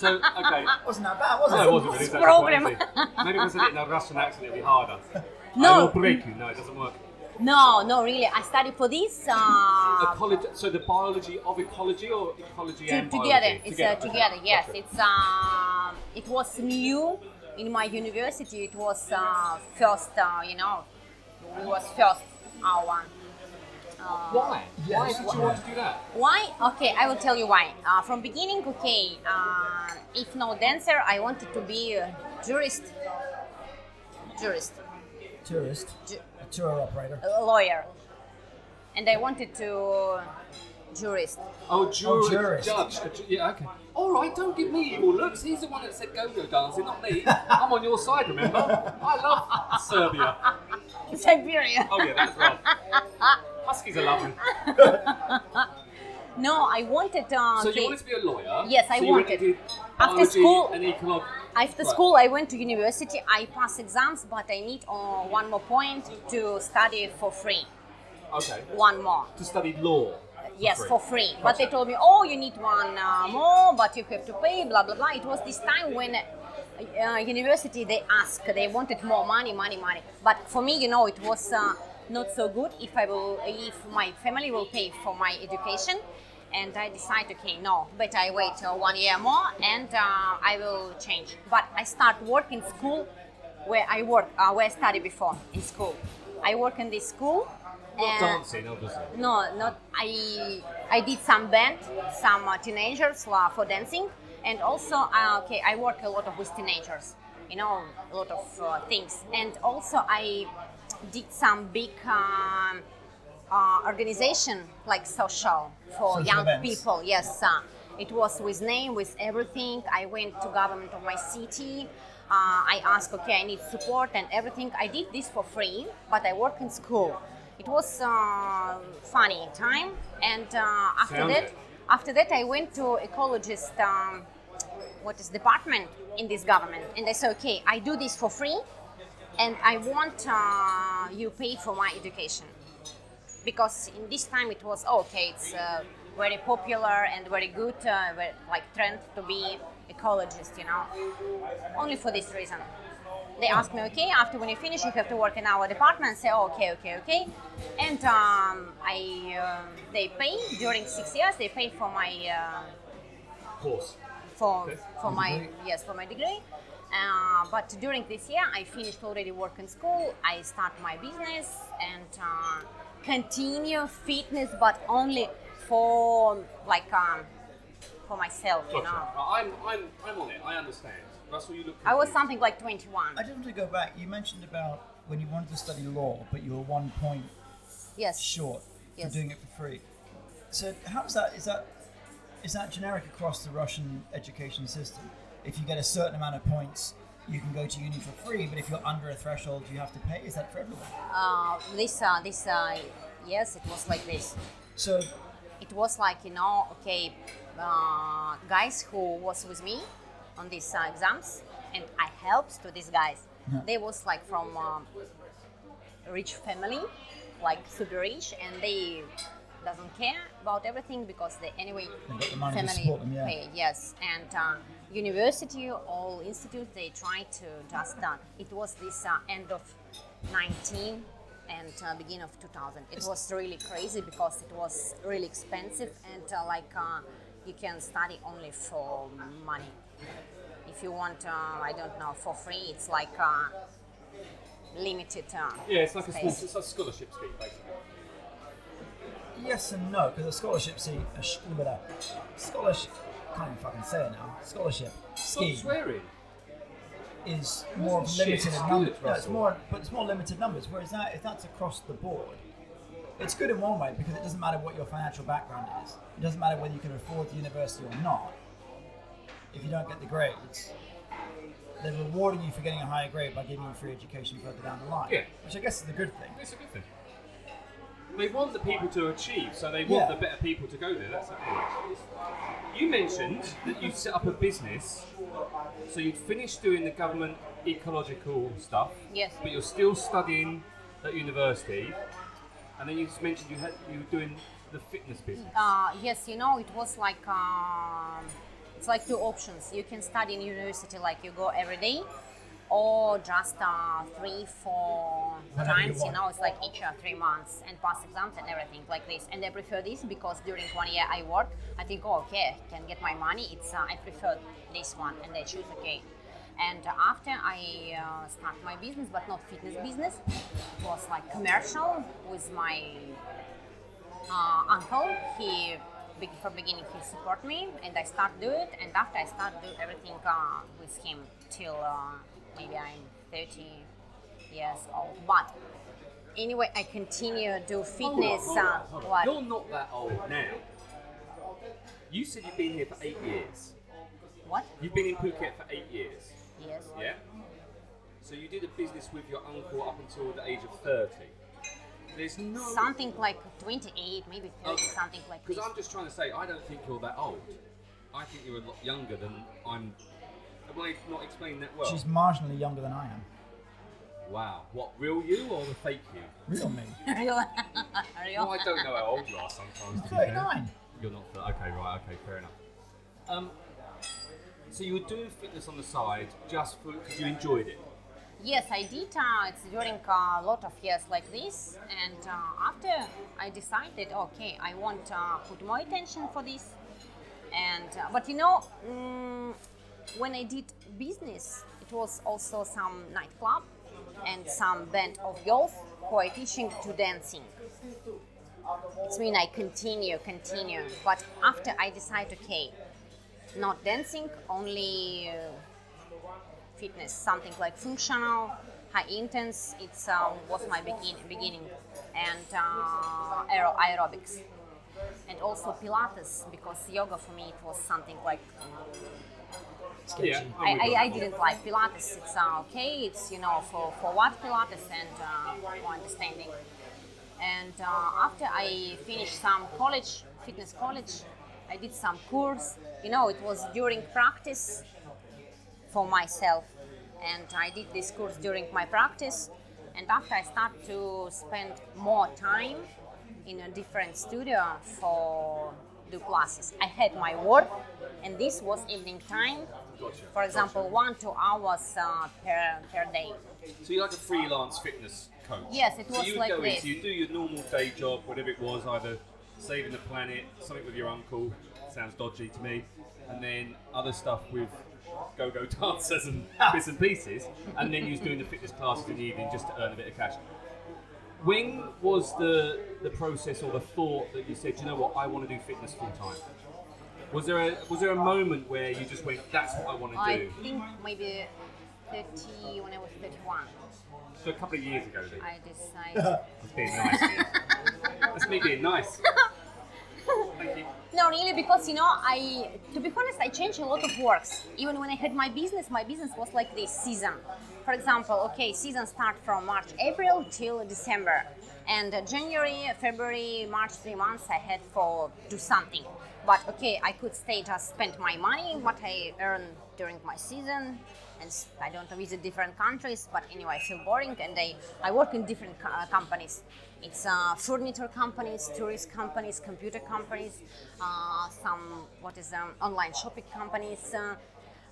[SPEAKER 2] good. so, okay.
[SPEAKER 4] Wasn't that bad, was it?
[SPEAKER 2] No, it wasn't really. That's
[SPEAKER 3] problem.
[SPEAKER 2] quite easy. Maybe if I said it in a Russian accent, it'd be harder.
[SPEAKER 3] No.
[SPEAKER 2] I will break you. No, it doesn't work.
[SPEAKER 3] No, no, really. I studied for this. Uh,
[SPEAKER 2] Ecology, so the biology of ecology or ecology
[SPEAKER 3] to,
[SPEAKER 2] and
[SPEAKER 3] together,
[SPEAKER 2] biology?
[SPEAKER 3] it's uh,
[SPEAKER 2] okay.
[SPEAKER 3] together. Yes,
[SPEAKER 2] Gotcha.
[SPEAKER 3] it's um, it was new in my university. It was uh, first, uh, you know, it was first uh, our.
[SPEAKER 2] Why? Why
[SPEAKER 4] Yes.
[SPEAKER 2] did you want to do that?
[SPEAKER 3] Why? Okay, I will tell you why. Uh, from beginning, okay, uh, if no dancer, I wanted to be a jurist, jurist,
[SPEAKER 4] Tourist,
[SPEAKER 3] ju-
[SPEAKER 4] a tour operator.
[SPEAKER 3] a lawyer, and I wanted to jurist.
[SPEAKER 2] Oh, jurist,
[SPEAKER 4] jurist.
[SPEAKER 2] judge. A ju- yeah, okay. All right, don't give me evil looks. He's the one that said go-go dancing, not me. I'm on your side, remember? I love Serbia.
[SPEAKER 3] Siberia.
[SPEAKER 2] Oh yeah, that's well. Huskies are loving.
[SPEAKER 3] No, I wanted. Uh,
[SPEAKER 2] So
[SPEAKER 3] okay.
[SPEAKER 2] you wanted to be a lawyer?
[SPEAKER 3] Yes, I
[SPEAKER 2] so you went and
[SPEAKER 3] wanted.
[SPEAKER 2] did
[SPEAKER 3] After
[SPEAKER 2] biology
[SPEAKER 3] school-
[SPEAKER 2] and ecology.
[SPEAKER 3] After
[SPEAKER 2] Right.
[SPEAKER 3] school, I went to university. I passed exams, but I need uh, one more point to study for free.
[SPEAKER 2] Okay.
[SPEAKER 3] One more.
[SPEAKER 2] To study law.
[SPEAKER 3] Uh, Yes,
[SPEAKER 2] free.
[SPEAKER 3] for free. But they told me, oh, you need one uh, more, but you have to pay, blah, blah, blah. It was this time when uh, university, they asked, they wanted more money, money, money. But for me, you know, it was uh, not so good if I will, if my family will pay for my education. And I decided, okay, no, better I wait uh, one year more and uh, I will change. But I start work in school where I work, uh, where I study before in school. I work in this school.
[SPEAKER 2] Not
[SPEAKER 3] and-
[SPEAKER 2] dancing, obviously.
[SPEAKER 3] no, not I. I did some band, some uh, teenagers uh, for dancing, and also uh, okay, I work a lot of with teenagers, you know, a lot of uh, things, and also I did some big um, uh, organization like social for
[SPEAKER 4] Social
[SPEAKER 3] young
[SPEAKER 4] events.
[SPEAKER 3] people. Yes, uh, it was with name, with everything. I went to government of my city. Uh, I asked, okay, I need support and everything. I did this for free, but I work in school. It was uh, funny time, and uh, after
[SPEAKER 2] Sounds
[SPEAKER 3] that,
[SPEAKER 2] it.
[SPEAKER 3] after that, I went to ecologist. Um, what is department in this government? And I said, okay, I do this for free, and I want uh, you pay for my education because in this time it was oh, okay it's uh, very popular and very good uh, very, like trend to be ecologist you know only for this reason they asked me okay after when you finish you have to work in our department and say oh, okay okay okay and um, i um they pay during six years they pay for my uh,
[SPEAKER 2] Of course.
[SPEAKER 3] for
[SPEAKER 2] Okay.
[SPEAKER 3] for my yes for my degree. Uh, but during this year, I finished already work in school. I start my business and uh, continue fitness, but only for like um, for myself, you
[SPEAKER 2] Gotcha.
[SPEAKER 3] know.
[SPEAKER 2] uh, I'm, I'm, I'm on it. I understand. Russell, you look.
[SPEAKER 3] I was
[SPEAKER 2] confused.
[SPEAKER 3] something like 21.
[SPEAKER 4] I just want to go back. You mentioned about when you wanted to study law, but you were one point
[SPEAKER 3] Yes.
[SPEAKER 4] short
[SPEAKER 3] Yes.
[SPEAKER 4] for doing it for free. So how's that? Is that is that generic across the Russian education system? If you get a certain amount of points, you can go to uni for free. But if you're under a threshold, you have to pay. Is that for everyone?
[SPEAKER 3] Uh, this uh, this uh, yes, it was like this.
[SPEAKER 4] So
[SPEAKER 3] it was like you know okay uh, guys who was with me on these uh, exams and i helped to these guys they was like from um, rich family like super rich and they doesn't care about everything because they anyway
[SPEAKER 4] They got the money to
[SPEAKER 3] family
[SPEAKER 4] support them, yeah.
[SPEAKER 3] pay yes and uh, university all institutes they try to just uh, it was this uh, end of 19 and uh, beginning of 2000 it was really crazy because it was really expensive and uh, like uh, you can study only for money if you want uh, i don't know for free it's like uh, limited uh,
[SPEAKER 2] Yeah, it's like a, small,
[SPEAKER 3] space.
[SPEAKER 2] it's a scholarship scheme, basically.
[SPEAKER 4] yes and no, because a scholarship see a sh- blah, blah, scholarship. Can't even fucking say it now. Scholarship scheme
[SPEAKER 2] Stop swearing.
[SPEAKER 4] is more
[SPEAKER 2] Wasn't shit,
[SPEAKER 4] limited
[SPEAKER 2] it's
[SPEAKER 4] in
[SPEAKER 2] good,
[SPEAKER 4] numbers. No, it's
[SPEAKER 2] Russell.
[SPEAKER 4] more, but it's more limited numbers. Whereas that, if that's across the board, it's good in one way because it doesn't matter what your financial background is. It doesn't matter whether you can afford the university or not. If you don't get the grades, they're rewarding you for getting a higher grade by giving you free education further down the line.
[SPEAKER 2] Yeah.
[SPEAKER 4] Which I guess is a good thing.
[SPEAKER 2] It's a good thing. They want the people to achieve, so they want
[SPEAKER 4] Yeah.
[SPEAKER 2] the better people to go there. That's how it is. You mentioned that you set up a business, so you'd finished doing the government ecological stuff.
[SPEAKER 3] Yes.
[SPEAKER 2] But you're still studying at university, and then you just mentioned you had you were doing the fitness business.
[SPEAKER 3] Uh, yes, you know, it was like um, it's like two options. You can study in university, like you go every day, or just uh, three, four
[SPEAKER 4] Whatever you
[SPEAKER 3] times. You
[SPEAKER 4] want.
[SPEAKER 3] know, it's like each uh, three months and pass exams and everything like this. And I prefer this because during one year I work, I think, oh, okay, I can get my money. It's uh, I prefer this one, and I choose okay. And uh, after I uh, start my business, but not fitness business, it was like commercial with my uh, uncle. He be- from beginning he support me, and I start do it. And after I start do everything uh, with him till uh, maybe I'm 30 years old. But anyway, I continue do fitness. Uh, what?
[SPEAKER 2] You're not that old now. You said you've been here for eight years.
[SPEAKER 3] What?
[SPEAKER 2] You've been in Phuket for eight years.
[SPEAKER 3] Yes.
[SPEAKER 2] Yeah. So you did a business with your uncle up until the age of thirty. There's no
[SPEAKER 3] Something like 28, maybe 30,
[SPEAKER 2] Okay.
[SPEAKER 3] something like this.
[SPEAKER 2] Because I'm just trying to say, I don't think you're that old. I think you're a lot younger than I'm. Am I not explaining that well?
[SPEAKER 4] She's marginally younger than I am.
[SPEAKER 2] Wow. What, real you or the fake you?
[SPEAKER 4] Real me.
[SPEAKER 3] Real.
[SPEAKER 2] Well, I don't know how old you are sometimes. to be fair.
[SPEAKER 4] 39.
[SPEAKER 2] You're not. th- Okay, right. Okay, fair enough. Um, so you were doing fitness on the side just because you enjoyed it.
[SPEAKER 3] Yes, I did. Uh, it's during a lot of years like this, and uh, after I decided, okay, I want to uh, put more attention for this. And uh, but you know, mm, when I did business, it was also some nightclub and some band of girls who are teaching to dancing. It's mean I continue, continue. But after I decide, okay, not dancing, only. Uh, fitness, something like functional, high intense. It's uh, was my begin- beginning, and uh, aer- aerobics, and also Pilates because yoga for me it was something like
[SPEAKER 2] Yeah. oh,
[SPEAKER 3] I, I, I didn't like Pilates. It's uh, okay. It's you know for, for what Pilates and uh, for understanding. And uh, after I finished some college, fitness college, I did some course. You know, it was during practice for myself, and I did this course during my practice. And after I start to spend more time in a different studio for do classes, I had my work, and this was evening time
[SPEAKER 2] Gotcha.
[SPEAKER 3] for example, one two hours uh, per per day.
[SPEAKER 2] So you're like a freelance fitness coach.
[SPEAKER 3] Yes, it
[SPEAKER 2] so
[SPEAKER 3] was
[SPEAKER 2] you would
[SPEAKER 3] like
[SPEAKER 2] go in,
[SPEAKER 3] this.
[SPEAKER 2] so you do your normal day job, whatever it was, either saving the planet, something with your uncle, sounds dodgy to me, and then other stuff with go-go dancers and bits and pieces, and then you was doing the fitness classes in the evening just to earn a bit of cash. When was the the process or the thought that you said, "Do you know what, I want to do fitness full time? Was there a was there a moment where you just went, that's what I want to
[SPEAKER 3] I
[SPEAKER 2] do?
[SPEAKER 3] think maybe thirty when I was thirty-one,
[SPEAKER 2] So a couple of years ago, then.
[SPEAKER 3] I decided.
[SPEAKER 2] That's being nice. That's me being nice. Thank you.
[SPEAKER 3] no, really, because you know, I to be honest, I changed a lot of works. Even when I had my business, my business was like this season. For example, okay, season start from March, April till December, and uh, January, February, March, three months I had for do something. But okay, I could stay just spend my money, what I earn during my season, and s- I don't visit different countries. But anyway, I feel boring, and I I work in different co- uh, companies. It's uh, furniture companies, tourist companies, computer companies, uh, some what is um, online shopping companies, uh,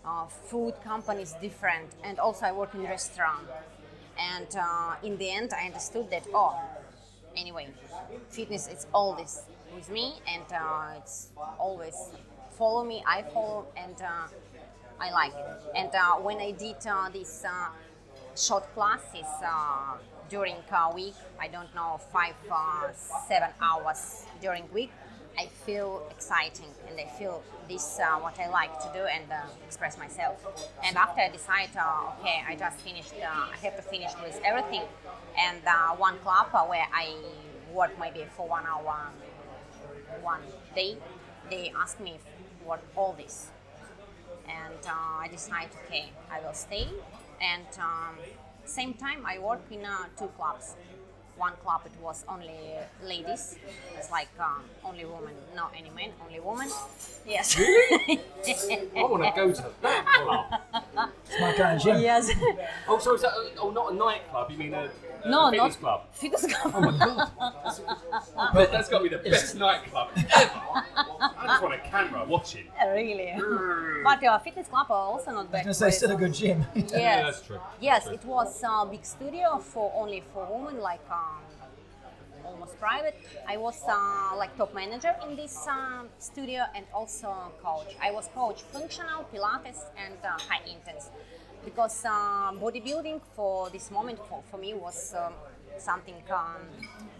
[SPEAKER 3] uh, food companies, different, and also I work in restaurant. And uh, in the end, I understood that oh, anyway fitness it's all this with me and uh, it's always follow me i follow and uh, i like it and uh, when i did uh, these uh, short classes uh, during a week i don't know five uh, seven hours during week i feel exciting and i feel this uh, what i like to do and uh, express myself and after i decide uh, okay i just finished uh, i have to finish with everything and uh, one club uh, where i work maybe for one hour one day they asked me if what all this and uh, I decide okay, I will stay. And um, same time, I work in uh, two clubs. One club it was only ladies. It's like um, only women, not any men, only women. Yes.
[SPEAKER 2] I want to go to that club.
[SPEAKER 4] It's my kind of gym.
[SPEAKER 3] yes.
[SPEAKER 2] Oh, so is that? Oh, not a nightclub. You mean a uh,
[SPEAKER 3] no,
[SPEAKER 2] the
[SPEAKER 3] not Uh,
[SPEAKER 2] fitness club.
[SPEAKER 3] Fitness
[SPEAKER 4] Oh
[SPEAKER 3] club.
[SPEAKER 2] But that's got to be the best nightclub ever. I just want a camera watching.
[SPEAKER 3] really. but uh, fitness club are also not
[SPEAKER 4] I
[SPEAKER 3] bad.
[SPEAKER 4] was going to say, still a good gym.
[SPEAKER 2] Yeah,
[SPEAKER 3] Yes.
[SPEAKER 2] that's true.
[SPEAKER 3] Yes, it was a big studio for only for women, like um, almost private. I was uh, like top manager in this um, studio and also coach. I was coach functional Pilates and uh, high intense because um, bodybuilding for this moment for, for me was um, something. Um,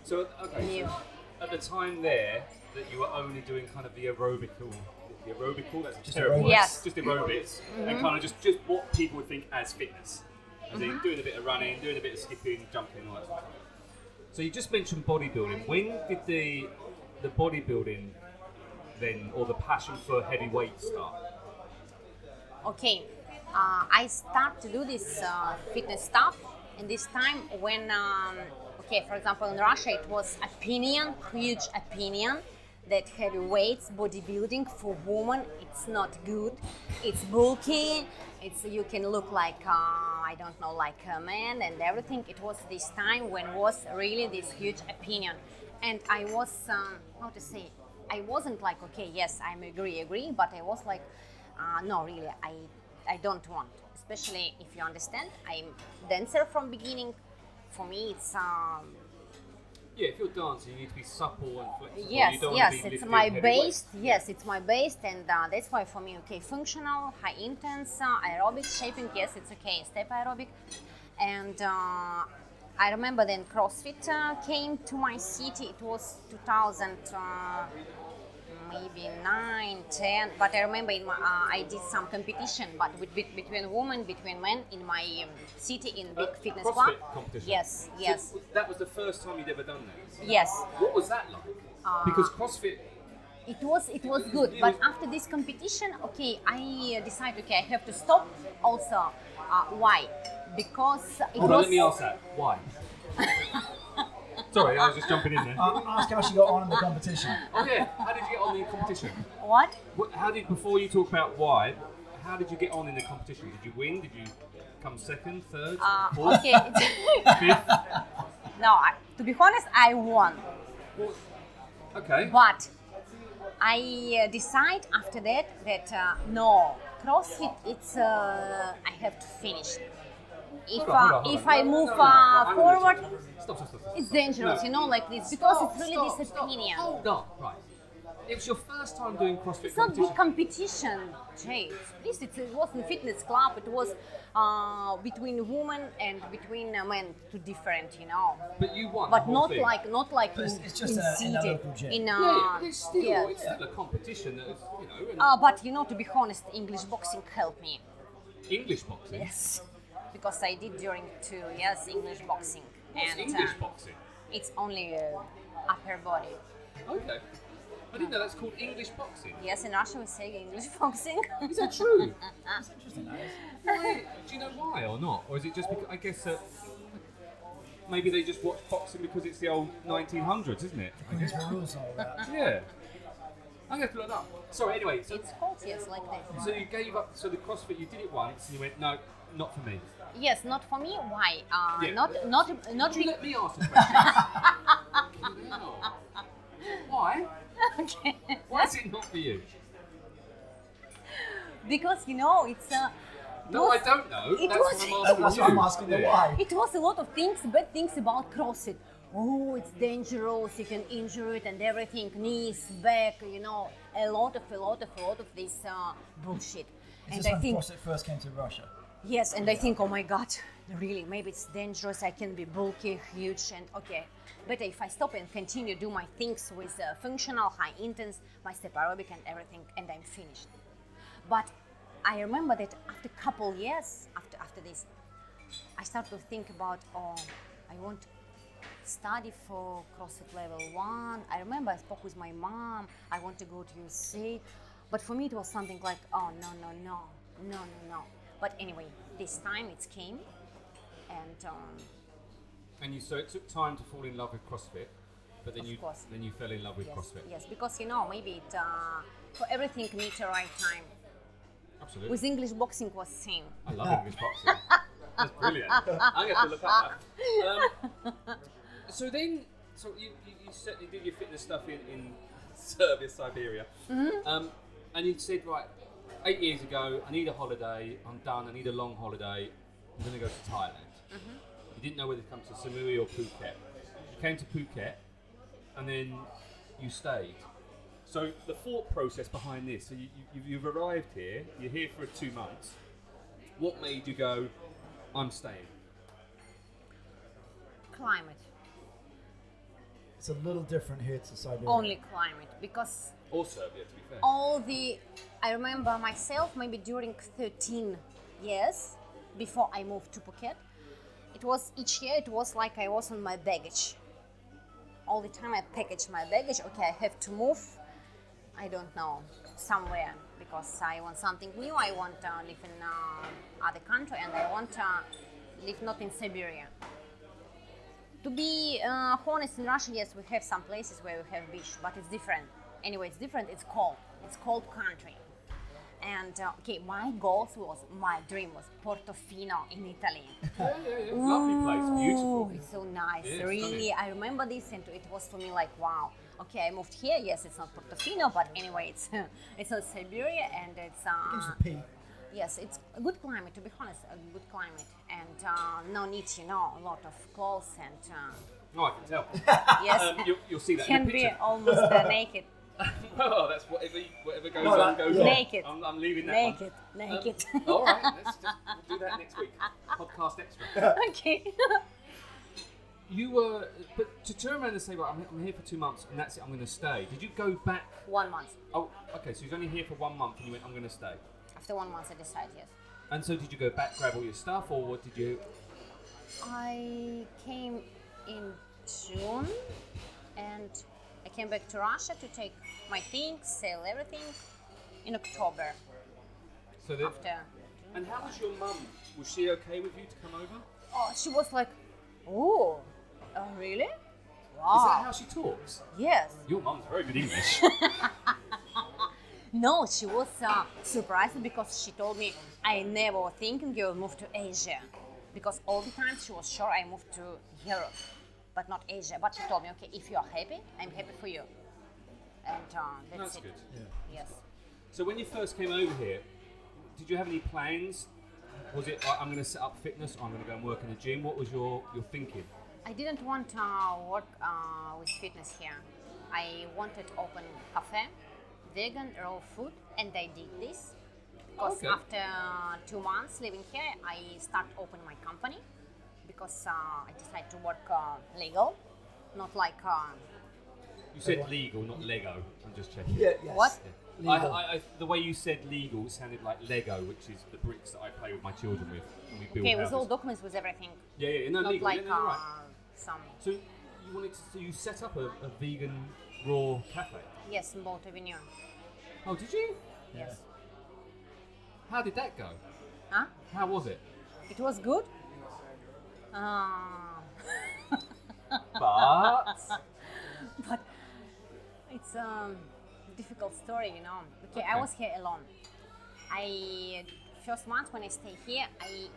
[SPEAKER 2] So okay, so
[SPEAKER 3] Yeah.
[SPEAKER 2] at the time there that you were only doing kind of the aerobical, the aerobical. That's just
[SPEAKER 4] aerobics.
[SPEAKER 2] terrible.
[SPEAKER 3] Yes.
[SPEAKER 2] Just aerobics and
[SPEAKER 3] Mm-hmm.
[SPEAKER 2] kind of just just what people would think as fitness, as in doing a bit of running, doing a bit of skipping, jumping, all that sort of thing. So you just mentioned bodybuilding. When did the the bodybuilding then, or the passion for heavyweight start?
[SPEAKER 3] okay, uh, I start to do this uh, fitness stuff, and this time when, um, okay, for example, in Russia it was opinion, huge opinion, that heavy weights, bodybuilding for women, it's not good, it's bulky, it's you can look like uh, I don't know, like a man and everything. It was this time when was really this huge opinion, and I was um, how to say. I wasn't like okay, yes, I am agree, agree, but I was like, uh, no really i i don't want especially if you understand i'm dancer from beginning for me it's um
[SPEAKER 2] Yeah, if you're dancing, you need to be supple and flexible. you
[SPEAKER 3] yes
[SPEAKER 2] don't
[SPEAKER 3] yes
[SPEAKER 2] want to be
[SPEAKER 3] it's
[SPEAKER 2] lifting
[SPEAKER 3] my
[SPEAKER 2] heavy
[SPEAKER 3] base
[SPEAKER 2] weights.
[SPEAKER 3] yes it's my base and uh, that's why for me okay functional high intense uh, aerobic shaping yes it's okay step aerobic and uh, I remember then CrossFit uh, came to my city. It was 2000, uh, maybe 9 10 but i remember in my, uh, i did some competition but with, bet- between women between men in my um, city in big
[SPEAKER 2] Uh,
[SPEAKER 3] fitness
[SPEAKER 2] CrossFit
[SPEAKER 3] club
[SPEAKER 2] competition.
[SPEAKER 3] yes
[SPEAKER 2] So
[SPEAKER 3] yes
[SPEAKER 2] that was the first time you'd ever done that.
[SPEAKER 3] yes
[SPEAKER 2] What was that like? because CrossFit,
[SPEAKER 3] Uh, it was it was good but after this competition okay i uh, decided okay i have to stop also uh, why because it
[SPEAKER 2] hold on,
[SPEAKER 3] was
[SPEAKER 2] let me ask that. Why? Sorry, I was just jumping in there.
[SPEAKER 4] Um, ask how she got on in the competition.
[SPEAKER 2] oh yeah, how did you get on in the competition?
[SPEAKER 3] what
[SPEAKER 2] What, how did before you talk about why? How did you get on in the competition? Did you win? Did you come second, third,
[SPEAKER 3] uh,
[SPEAKER 2] fourth,
[SPEAKER 3] okay
[SPEAKER 2] fifth?
[SPEAKER 3] no I, to be honest i won
[SPEAKER 2] What- Okay.
[SPEAKER 3] But I uh, decide after that that uh, no, CrossFit. It's uh, I have to finish. If
[SPEAKER 2] Hold on, hold
[SPEAKER 3] uh,
[SPEAKER 2] on, hold
[SPEAKER 3] if
[SPEAKER 2] on.
[SPEAKER 3] I
[SPEAKER 2] No,
[SPEAKER 3] move
[SPEAKER 2] no, no, no, no,
[SPEAKER 3] uh,
[SPEAKER 2] hang on a
[SPEAKER 3] forward,
[SPEAKER 2] second. Stop, stop, stop, stop.
[SPEAKER 3] it's dangerous.
[SPEAKER 2] No.
[SPEAKER 3] You know, like this because it's really
[SPEAKER 2] Stop,
[SPEAKER 3] this
[SPEAKER 2] stop.
[SPEAKER 3] opinion.
[SPEAKER 2] Hold on, right. It was your first time doing CrossFit
[SPEAKER 3] It's not big
[SPEAKER 2] competition.
[SPEAKER 3] competition, Jay. Please, it wasn't fitness club. It was uh, between women and between uh, men, two different, you know.
[SPEAKER 2] but you won. the
[SPEAKER 3] But
[SPEAKER 2] whole
[SPEAKER 3] not
[SPEAKER 2] thing.
[SPEAKER 3] like not like
[SPEAKER 4] But it's- it's just
[SPEAKER 3] in
[SPEAKER 4] a- in a
[SPEAKER 3] city,
[SPEAKER 4] local gym.
[SPEAKER 3] in,
[SPEAKER 2] Yeah, yeah,
[SPEAKER 3] uh,
[SPEAKER 2] but it's still,
[SPEAKER 3] yeah.
[SPEAKER 2] it's still a competition. That is, you know, and
[SPEAKER 3] Uh, but you know, to be honest, English boxing helped me.
[SPEAKER 2] English boxing.
[SPEAKER 3] Yes. Because I did during two years English boxing.
[SPEAKER 2] What's
[SPEAKER 3] and
[SPEAKER 2] English
[SPEAKER 3] uh,
[SPEAKER 2] boxing?
[SPEAKER 3] it's only uh, upper body.
[SPEAKER 2] Okay. I didn't know that's called English boxing.
[SPEAKER 3] Yes, in Russia we say English boxing.
[SPEAKER 2] Is that
[SPEAKER 3] Uh,
[SPEAKER 2] true?
[SPEAKER 4] It's interesting. that is.
[SPEAKER 2] Why- Do you know why or not? Or is it just because, I guess that maybe they just watch boxing because it's the old 1900s, isn't it? I guess.
[SPEAKER 4] There's rules and all that.
[SPEAKER 2] Yeah. I'm going to look that up. Sorry, anyway, so,
[SPEAKER 3] it's called, yes, like that.
[SPEAKER 2] so you gave up, so the CrossFit, you did it once and you went, no, not for me.
[SPEAKER 3] Yes, not for me. Why? Uh,
[SPEAKER 2] Yeah.
[SPEAKER 3] Not, not, not.
[SPEAKER 2] Would you
[SPEAKER 3] Be-
[SPEAKER 2] let me ask the question? Wow. Why?
[SPEAKER 3] okay.
[SPEAKER 2] Why is it not for you?
[SPEAKER 3] because you know it's. Uh,
[SPEAKER 2] No, I don't know.
[SPEAKER 3] It
[SPEAKER 2] That's
[SPEAKER 3] was-
[SPEAKER 2] what I'm asking
[SPEAKER 4] That's
[SPEAKER 2] you.
[SPEAKER 4] why I'm asking the
[SPEAKER 2] Yeah.
[SPEAKER 4] why.
[SPEAKER 3] It was a lot of things, bad things about CrossFit. Oh, it's dangerous. You can injure it and everything. Knees, back. You know, a lot of, a lot of, a lot of this uh, bullshit.
[SPEAKER 4] It's
[SPEAKER 3] and
[SPEAKER 4] just
[SPEAKER 3] I
[SPEAKER 4] when
[SPEAKER 3] think
[SPEAKER 4] CrossFit first came to Russia.
[SPEAKER 3] Yes, and I think, oh my God, really, maybe it's dangerous. I can be bulky, huge, and okay. Better if I stop and continue do my things with uh, functional, high intense, my step aerobic, and everything, and I'm finished. But I remember that after a couple years after after this, I start to think about, oh, I want to study for CrossFit level one. I remember I spoke with my mom. I want to go to USA, but for me it was something like, oh no no no no no no. But anyway, this time it came, and um,
[SPEAKER 2] And you, so it took time to fall in love with CrossFit, but then
[SPEAKER 3] Of
[SPEAKER 2] you
[SPEAKER 3] course.
[SPEAKER 2] then you fell in love with
[SPEAKER 3] yes,
[SPEAKER 2] CrossFit.
[SPEAKER 3] yes, because you know maybe it uh, for everything need the right time.
[SPEAKER 2] Absolutely.
[SPEAKER 3] With English boxing was same.
[SPEAKER 2] I love English boxing. That's brilliant. I'm gonna have to look up that. Um, so then, so you, you, you certainly did your fitness stuff in, in Serbia, Siberia, um, and you said right, eight years ago, I need a holiday. I'm done. I need a long holiday. I'm gonna go to Thailand. You didn't know whether to come to Samui or Phuket. You came to Phuket, and then you stayed. So the thought process behind this. So you, you, you've arrived here. You're here for two months. What made you go? I'm staying.
[SPEAKER 3] Climate,
[SPEAKER 4] It's a little different here to Siberia.
[SPEAKER 3] only climate, because
[SPEAKER 2] Or Serbia, to be fair.
[SPEAKER 3] all the I remember myself maybe during 13 years before I moved to Phuket. It was each year it was like I was on my baggage. All the time I package my baggage. Okay, I have to move. I don't know somewhere because I want something new. I want to live in uh, other country and I want to live not in Siberia. To be uh, honest, in Russia, yes, we have some places where we have beach, but it's different. Anyway, it's different. It's cold. It's cold country. And uh, okay, my goals was my dream was Portofino in Italy.
[SPEAKER 2] Yeah, yeah, yeah. Lovely place, beautiful.
[SPEAKER 3] Ooh, it's so nice.
[SPEAKER 2] Yeah, it's
[SPEAKER 3] really, I remember this, and it was for me like wow. Okay, I moved here. Yes, it's not Portofino, but anyway, it's it's not Siberia, and it's
[SPEAKER 4] Gives
[SPEAKER 3] uh,
[SPEAKER 4] a pee.
[SPEAKER 3] Yes, it's a good climate, to be honest, a good climate. And uh, no need, you know, a lot of clothes and, uh,
[SPEAKER 2] No, Oh, I can tell.
[SPEAKER 3] yes,
[SPEAKER 2] Um, you'll, you'll see that
[SPEAKER 3] can
[SPEAKER 2] in the
[SPEAKER 3] be
[SPEAKER 2] picture.
[SPEAKER 3] almost uh, naked.
[SPEAKER 2] oh, that's whatever, whatever goes
[SPEAKER 4] No,
[SPEAKER 2] on,
[SPEAKER 4] that-
[SPEAKER 2] goes
[SPEAKER 4] yeah.
[SPEAKER 2] on.
[SPEAKER 3] Naked.
[SPEAKER 2] I'm, I'm leaving that one.
[SPEAKER 3] Naked, naked.
[SPEAKER 2] Um, all right, let's just we'll do that next week. Podcast extra.
[SPEAKER 3] okay.
[SPEAKER 2] You were, but to turn around and say, right, I'm, I'm here for two months and that's it, I'm going to stay. Did you go back?
[SPEAKER 3] one month.
[SPEAKER 2] Oh, okay, so you was only here for one month and you went, I'm going to stay.
[SPEAKER 3] After one month, I decided yes.
[SPEAKER 2] And so did you go back, grab all your stuff, or what did you?
[SPEAKER 3] I came in June and I came back to Russia to take my things, sell everything in October.
[SPEAKER 2] So that,
[SPEAKER 3] After.
[SPEAKER 2] And how was your mum? Was she okay with you to come over? Is
[SPEAKER 3] Oh, she was like, oh, oh really?
[SPEAKER 2] that
[SPEAKER 3] Wow.
[SPEAKER 2] how she talks?
[SPEAKER 3] Yes.
[SPEAKER 2] Your mum's very good English.
[SPEAKER 3] No, she was uh, surprised because she told me I never thinking you will move to Asia, because all the time she was sure I moved to Europe, but not Asia. But she told me, okay, if you are happy, I'm happy for you, and uh, that's,
[SPEAKER 2] That's
[SPEAKER 3] it.
[SPEAKER 2] good.
[SPEAKER 3] Yes.
[SPEAKER 2] So when you first came over here, did you have any plans? Was it like, I'm going to set up fitness? I'm going to go and work in a gym? What was your your thinking?
[SPEAKER 3] I didn't want to work uh, with fitness here. I wanted open cafe, vegan raw food, and I did this. Because
[SPEAKER 2] Okay.
[SPEAKER 3] after two months living here, I start open my company because uh, I decided to work uh, legal, not like uh,
[SPEAKER 2] You said legal, not Lego. I'm just checking.
[SPEAKER 4] Yeah, yes.
[SPEAKER 3] What?
[SPEAKER 2] I, I,
[SPEAKER 4] Legal.
[SPEAKER 2] I, the way you said legal sounded like Lego, which is the bricks that I play with my children with, and we build
[SPEAKER 3] okay with
[SPEAKER 2] houses.
[SPEAKER 3] all documents, with everything,
[SPEAKER 2] yeah, yeah, no,
[SPEAKER 3] not
[SPEAKER 2] legal.
[SPEAKER 3] like
[SPEAKER 2] yeah, no, you're
[SPEAKER 3] uh,
[SPEAKER 2] right.
[SPEAKER 3] some
[SPEAKER 2] So you wanted to, so you set up a, a vegan raw cafe.
[SPEAKER 3] yes, in Bolt Avenue.
[SPEAKER 2] Oh, did you?
[SPEAKER 3] Yes,
[SPEAKER 2] How did that go?
[SPEAKER 3] huh?
[SPEAKER 2] How was it?
[SPEAKER 3] It was good. Uh,
[SPEAKER 2] But
[SPEAKER 3] but it's um, difficult story, you know. Okay, I
[SPEAKER 2] Okay.
[SPEAKER 3] was here alone. I first month when I stay here, I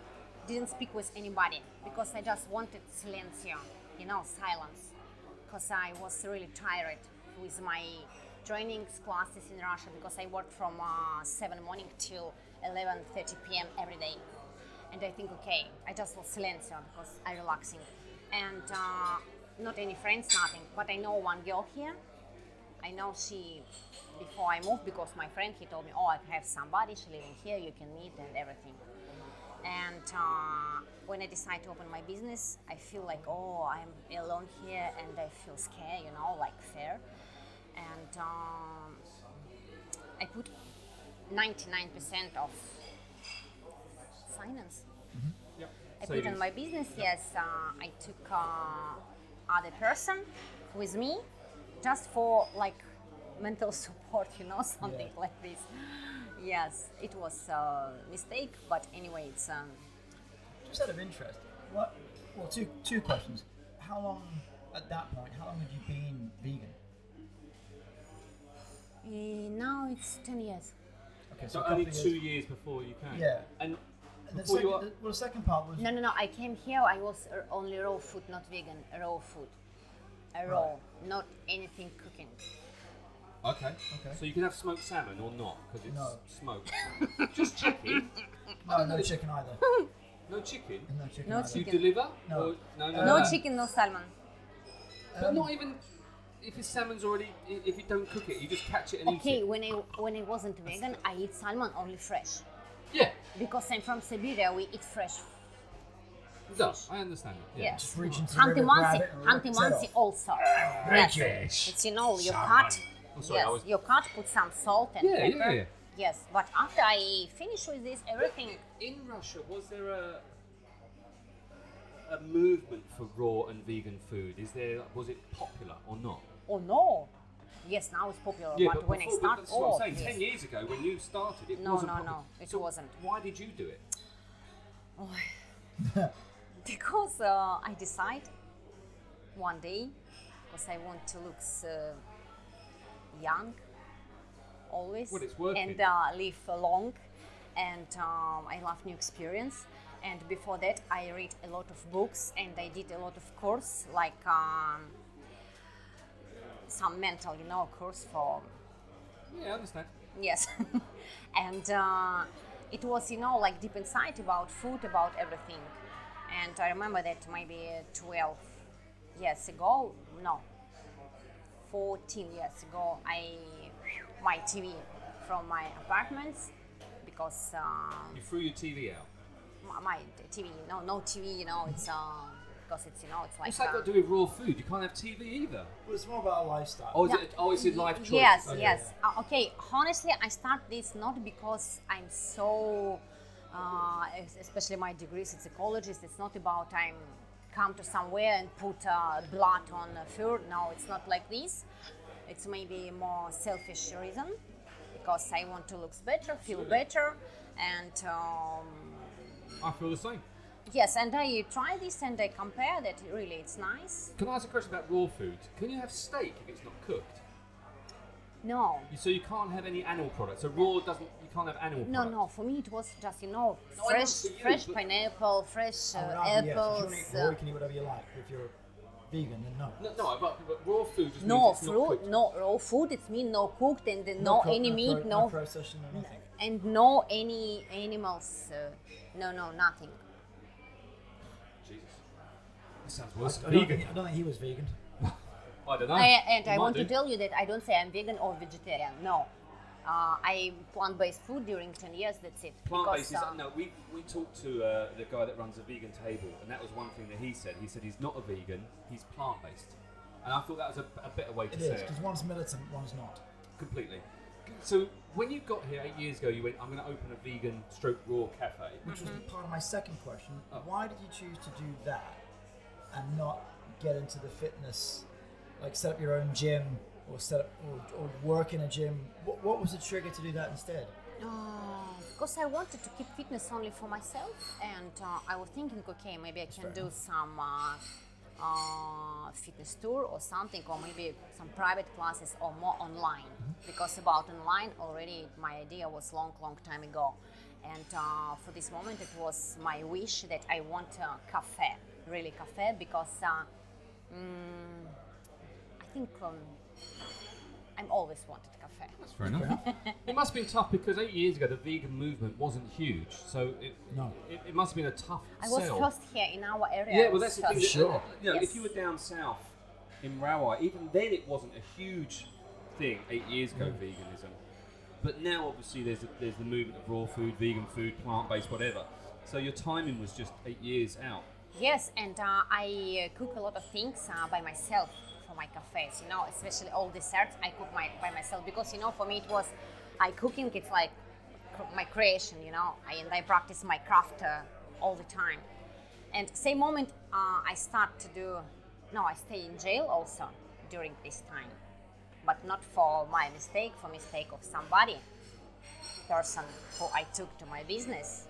[SPEAKER 3] didn't speak with anybody because I just wanted silencio, you know, silence, because I was really tired with my trainings classes in Russia because I worked from uh, 7 morning till 11:30 p.m. every day, and I think okay, I just was silencio because I relaxing, and uh, not any friends, nothing. But I know one girl here, I know she before I moved because my friend he told me, oh, I have somebody. She living here. You can meet and everything. And uh, when I decide to open my business, I feel like, oh, I'm alone here, and I feel scared, you know, like fear. And um, I put 99% of finance. I put on
[SPEAKER 2] Savings.
[SPEAKER 3] my business. Yes, uh, I took uh, other person with me, just for like mental support, you know, something like this. Yes, it was a mistake, but anyway, it's um,
[SPEAKER 4] Just out of interest, what? Well, two two questions. How long at that point? How long had you been vegan?
[SPEAKER 3] eh, now it's ten years.
[SPEAKER 4] Okay,
[SPEAKER 2] so
[SPEAKER 4] a couple
[SPEAKER 2] only
[SPEAKER 4] of years.
[SPEAKER 2] two years before you came.
[SPEAKER 4] Yeah.
[SPEAKER 2] And
[SPEAKER 4] the
[SPEAKER 2] Before
[SPEAKER 4] second,
[SPEAKER 2] you are-
[SPEAKER 4] the- well, the second part was
[SPEAKER 3] No, no, no. I came here. I was uh, only raw food, not vegan. Raw food, Uh, raw, not anything cooking.
[SPEAKER 2] Okay.
[SPEAKER 4] Okay.
[SPEAKER 2] So you can have smoked salmon or not because it's
[SPEAKER 4] No.
[SPEAKER 2] smoked. Just chicken.
[SPEAKER 4] no, no chicken either.
[SPEAKER 2] No chicken.
[SPEAKER 4] No chicken.
[SPEAKER 3] No
[SPEAKER 4] either.
[SPEAKER 2] You
[SPEAKER 3] chicken.
[SPEAKER 2] deliver?
[SPEAKER 4] No.
[SPEAKER 2] Or- no, no,
[SPEAKER 4] Uh,
[SPEAKER 3] No
[SPEAKER 2] no.
[SPEAKER 3] chicken, no salmon.
[SPEAKER 2] But not even if his salmon's already. i- If you don't cook it, you just catch it and
[SPEAKER 3] Okay,
[SPEAKER 2] eat it.
[SPEAKER 3] when I when I wasn't vegan, I eat salmon only fresh
[SPEAKER 2] Yeah.
[SPEAKER 3] because I'm from Siberia. We eat fresh.
[SPEAKER 2] No, I understand. it, Yeah.
[SPEAKER 3] Yes.
[SPEAKER 4] Just reach into the river, grab
[SPEAKER 3] Hantimansi,
[SPEAKER 4] it, and rip its head
[SPEAKER 3] hantimansi
[SPEAKER 4] off.
[SPEAKER 3] also. Yes. It's you know you cut.
[SPEAKER 2] I'm sorry, I
[SPEAKER 3] yes,
[SPEAKER 2] was-
[SPEAKER 3] you cut. Put some salt and
[SPEAKER 2] Yeah,
[SPEAKER 3] pepper.
[SPEAKER 2] yeah, yeah.
[SPEAKER 3] Yes, but after I finish with this everything,
[SPEAKER 2] In Russia, was there a a movement for raw and vegan food? Is there was it popular or not?
[SPEAKER 3] oh no. Yes, now it's popular, but, when I
[SPEAKER 2] before-
[SPEAKER 3] start,
[SPEAKER 2] that's
[SPEAKER 3] oh,
[SPEAKER 2] what I'm saying.
[SPEAKER 3] yes.
[SPEAKER 2] Ten years ago, when you started, it
[SPEAKER 3] No,
[SPEAKER 2] wasn't.
[SPEAKER 3] no,
[SPEAKER 2] popular.
[SPEAKER 3] no, it
[SPEAKER 2] So
[SPEAKER 3] wasn't.
[SPEAKER 2] Why did you do it?
[SPEAKER 3] because uh, I decide one day because I want to look uh, young always
[SPEAKER 2] Well, it's working.
[SPEAKER 3] and uh, live long and um, I love new experience and before that I read a lot of books and I did a lot of course like um, some mental you know course for
[SPEAKER 2] Yeah, I understand.
[SPEAKER 3] Yes. and uh, it was, you know, like deep inside about food, about everything. And I remember that maybe 12 years ago, no, 14 years ago, I my TV from my apartments because uh,
[SPEAKER 2] You threw your TV out.
[SPEAKER 3] my- my TV, no, no TV, you know, it's uh, because it's, you know, it's like.
[SPEAKER 2] What's that
[SPEAKER 3] uh,
[SPEAKER 2] got to do with raw food? You can't have TV either.
[SPEAKER 4] Well, it's more about a lifestyle.
[SPEAKER 2] Oh, is
[SPEAKER 3] Yeah.
[SPEAKER 2] it? Oh, it's in life choice.
[SPEAKER 3] Yes,
[SPEAKER 2] Okay.
[SPEAKER 3] yes. Uh, okay, honestly, I start this not because I'm so, uh, es- especially my degrees in psychologist. It's not about I'm come to somewhere and put uh, blood on a fur. No, it's not like this. It's maybe more selfish reason because I want to look better, feel better, and. Um,
[SPEAKER 2] I feel the same.
[SPEAKER 3] Yes, and I try this and I compare that. Really, it's nice.
[SPEAKER 2] Can I ask a question about raw food? Can you have steak if it's not cooked?
[SPEAKER 3] No,
[SPEAKER 2] You- So you can't have any animal products. So raw doesn't. You can't have animal.
[SPEAKER 3] No,
[SPEAKER 2] products.
[SPEAKER 3] no. For me, it was just you know
[SPEAKER 2] No, I know
[SPEAKER 3] fresh,
[SPEAKER 2] for you,
[SPEAKER 3] fresh
[SPEAKER 2] but-
[SPEAKER 3] pineapple, fresh uh,
[SPEAKER 4] Oh, no, yeah, if you wanna
[SPEAKER 3] apples.
[SPEAKER 4] eat raw,
[SPEAKER 3] uh,
[SPEAKER 4] you can eat whatever you like. If you're vegan, then no.
[SPEAKER 2] No, no, but, but raw food just
[SPEAKER 3] no
[SPEAKER 2] means it's not
[SPEAKER 3] fruit,
[SPEAKER 2] cooked.
[SPEAKER 3] no raw food. It's mean no cooked and then no,
[SPEAKER 4] cook,
[SPEAKER 3] any
[SPEAKER 4] no
[SPEAKER 3] meat,
[SPEAKER 4] pro-
[SPEAKER 3] no,
[SPEAKER 4] processing, no nothing.
[SPEAKER 3] and no any animals. Uh, no, no, nothing.
[SPEAKER 2] Jesus, that sounds
[SPEAKER 4] I
[SPEAKER 2] worse.
[SPEAKER 4] don't,
[SPEAKER 2] than vegan.
[SPEAKER 4] Think, I don't think he was vegan.
[SPEAKER 2] I don't know.
[SPEAKER 3] I, and
[SPEAKER 2] You
[SPEAKER 3] I
[SPEAKER 2] might
[SPEAKER 3] want
[SPEAKER 2] do.
[SPEAKER 3] to tell you that I don't say I'm vegan or vegetarian. No, uh, I plant-based food during ten years. That's it.
[SPEAKER 2] Plant-based is
[SPEAKER 3] Because, uh,
[SPEAKER 2] no. We we talked to uh, the guy that runs a vegan table, and that was one thing that he said. He said he's not a vegan. He's plant-based, and I thought that was a, a better way to
[SPEAKER 4] It
[SPEAKER 2] say
[SPEAKER 4] is
[SPEAKER 2] it.
[SPEAKER 4] because one's militant, one's not.
[SPEAKER 2] Completely. So when you got here eight years ago, you went, "I'm going to open a vegan stroke raw cafe."
[SPEAKER 4] Which was
[SPEAKER 3] Mm-hmm.
[SPEAKER 4] part of my second question.
[SPEAKER 2] Oh.
[SPEAKER 4] Why did you choose to do that and not get into the fitness, like set up your own gym or set up or, or work in a gym? What, what was the trigger to do that instead?
[SPEAKER 3] because Oh. I wanted to keep fitness only for myself, and uh, I was thinking, okay, maybe I can do some uh, uh, fitness tour or something, or maybe some private classes or more online. Because about online already, my idea was long, long time ago, and uh, for this moment, it was my wish that I want a cafe, really cafe, because uh, mm, I think. Um, I'm always wanted cafe.
[SPEAKER 2] That's fair enough. it must have been tough because eight years ago the vegan movement wasn't huge, so it
[SPEAKER 4] No.
[SPEAKER 2] it, it must have been a tough
[SPEAKER 3] I was
[SPEAKER 2] sell.
[SPEAKER 3] first here in our area.
[SPEAKER 2] Yeah,
[SPEAKER 3] I
[SPEAKER 2] well,
[SPEAKER 3] was
[SPEAKER 2] that's the
[SPEAKER 3] first.
[SPEAKER 2] thing.
[SPEAKER 4] Sure.
[SPEAKER 2] You know,
[SPEAKER 3] Yes.
[SPEAKER 2] If you were down south in Rawai, even then it wasn't a huge thing eight years ago, veganism. But now, obviously, there's a, there's the movement of raw food, vegan food, plant based, whatever. So your timing was just eight years out.
[SPEAKER 3] Yes, and uh, I uh, cook a lot of things uh, by myself for my cafes. You know, especially all desserts I cook my, by myself because you know, for me it was, I cooking it's like cr- my creation. You know, I, and I practice my craft uh, all the time. And same moment uh, I start to do, no, I stay in jail also during this time, but not for my mistake, for mistake of somebody, person who I took to my business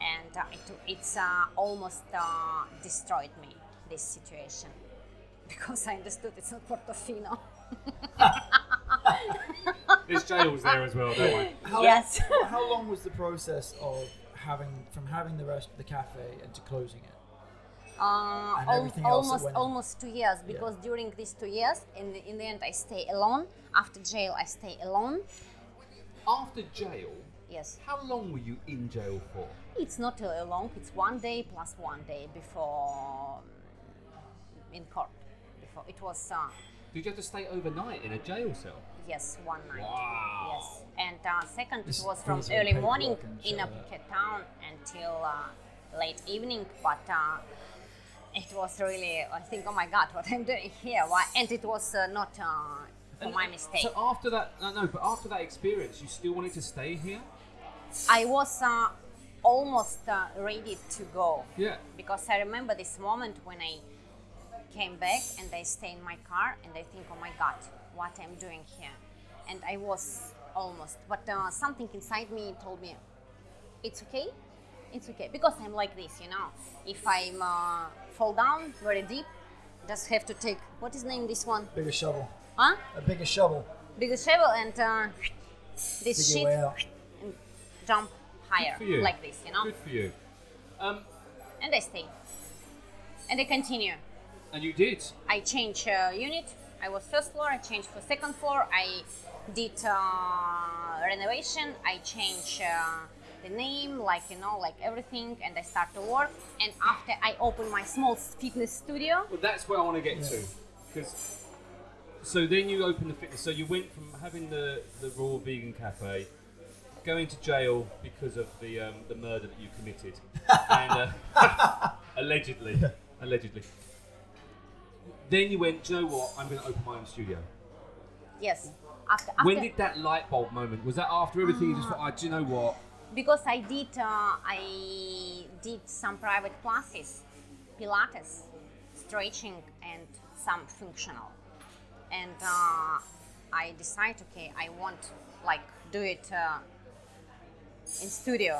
[SPEAKER 3] and uh, it, it's uh, almost uh, destroyed me this situation because I understood it's not Portofino.
[SPEAKER 2] There's jails there as well, don't we?
[SPEAKER 4] How,
[SPEAKER 3] Yes.
[SPEAKER 4] how long was the process of having from having the rest the cafe and to closing it?
[SPEAKER 3] uh,
[SPEAKER 4] And
[SPEAKER 3] al-
[SPEAKER 4] everything else that
[SPEAKER 3] almost
[SPEAKER 4] went on.
[SPEAKER 3] almost two years because during these two years in the, in the end i stay alone after jail i stay alone
[SPEAKER 2] After jail,
[SPEAKER 3] yes
[SPEAKER 2] how long were you in jail for?
[SPEAKER 3] it's not uh, long it's one day plus one day before um, in court before it was uh,
[SPEAKER 2] Did you have to stay overnight in a jail cell?
[SPEAKER 3] yes one night
[SPEAKER 2] Wow.
[SPEAKER 3] yes and uh, second
[SPEAKER 4] This
[SPEAKER 3] it was from
[SPEAKER 4] feels like
[SPEAKER 3] early
[SPEAKER 4] paperwork
[SPEAKER 3] morning
[SPEAKER 4] and
[SPEAKER 3] in
[SPEAKER 4] shit.
[SPEAKER 3] Phuket town until uh, late evening but uh, it was really i think oh my god what i'm doing here Why? and it was uh, not uh, for my mistake
[SPEAKER 2] So oh. after that, no, no, but after that experience, you still wanted to stay here?
[SPEAKER 3] I was uh, almost uh, ready to go
[SPEAKER 2] Yeah.
[SPEAKER 3] because I remember this moment when I came back and I stay in my car and I think, oh my god, what I'm doing here, and I was almost, but uh, something inside me told me, it's okay, it's okay because I'm like this, you know. If I'm uh, fall down very deep, just have to take what is name this one,
[SPEAKER 4] Bigger shovel.
[SPEAKER 3] huh?
[SPEAKER 4] A bigger shovel.
[SPEAKER 3] Bigger shovel and uh, this
[SPEAKER 4] Dig your
[SPEAKER 3] shit
[SPEAKER 4] way out.
[SPEAKER 3] and jump higher
[SPEAKER 2] For you.
[SPEAKER 3] like this, you know.
[SPEAKER 2] Good for you. Um,
[SPEAKER 3] and I stay. And I continue.
[SPEAKER 2] And you did.
[SPEAKER 3] I change uh, unit. I was first floor. I changed for second floor. I did uh, renovation. I change uh, the name, like you know, like everything, and I start to work. And after I open my small fitness studio,
[SPEAKER 2] Well, that's where I want to get to, because so then you open the fitness. So you went from having the the raw vegan cafe, going to jail because of the um, the murder that you committed, and, uh, allegedly, allegedly. Then you went. Do you know what? I'm going to open my own studio.
[SPEAKER 3] yes. After, after Ah.
[SPEAKER 2] When did that light bulb moment? Was that after everything? you just thought, oh, do you know what?
[SPEAKER 3] because I did uh, I did some private classes, Pilates, stretching, and some functional, and uh, I decide okay I want like do it uh, in studio,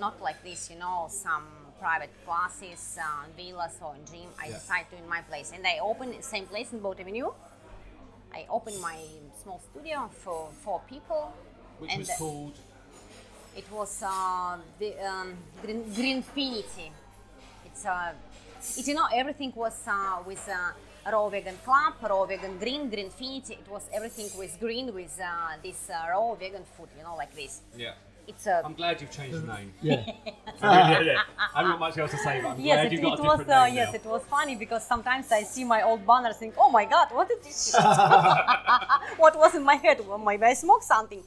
[SPEAKER 3] not like this you know some private classes, uh, villas or in gym. I
[SPEAKER 2] Yeah.
[SPEAKER 3] decide to in my place, and I open the same place in Boat Avenue. I open my small studio for four people.
[SPEAKER 2] Which
[SPEAKER 3] and
[SPEAKER 2] was
[SPEAKER 3] uh,
[SPEAKER 2] called.
[SPEAKER 3] it was uh, the um, green, Greenfinity. It's uh, it, you know everything was uh, with uh, raw vegan club, raw vegan green, Greenfinity. It was everything with green with uh, this uh, raw vegan food. You know, like this.
[SPEAKER 2] Yeah.
[SPEAKER 3] It's uh, a
[SPEAKER 2] I'm glad you've changed the name.
[SPEAKER 4] Yeah.
[SPEAKER 2] yeah, yeah. I've not much else to say, but I'm
[SPEAKER 3] yes,
[SPEAKER 2] glad
[SPEAKER 3] it,
[SPEAKER 2] you
[SPEAKER 3] it
[SPEAKER 2] got a
[SPEAKER 3] was
[SPEAKER 2] different
[SPEAKER 3] uh,
[SPEAKER 2] name
[SPEAKER 3] yes,
[SPEAKER 2] now.
[SPEAKER 3] it was funny because sometimes I see my old banners, think, oh my god, what is this? shit?" what was in my head? Well, maybe I smoked something.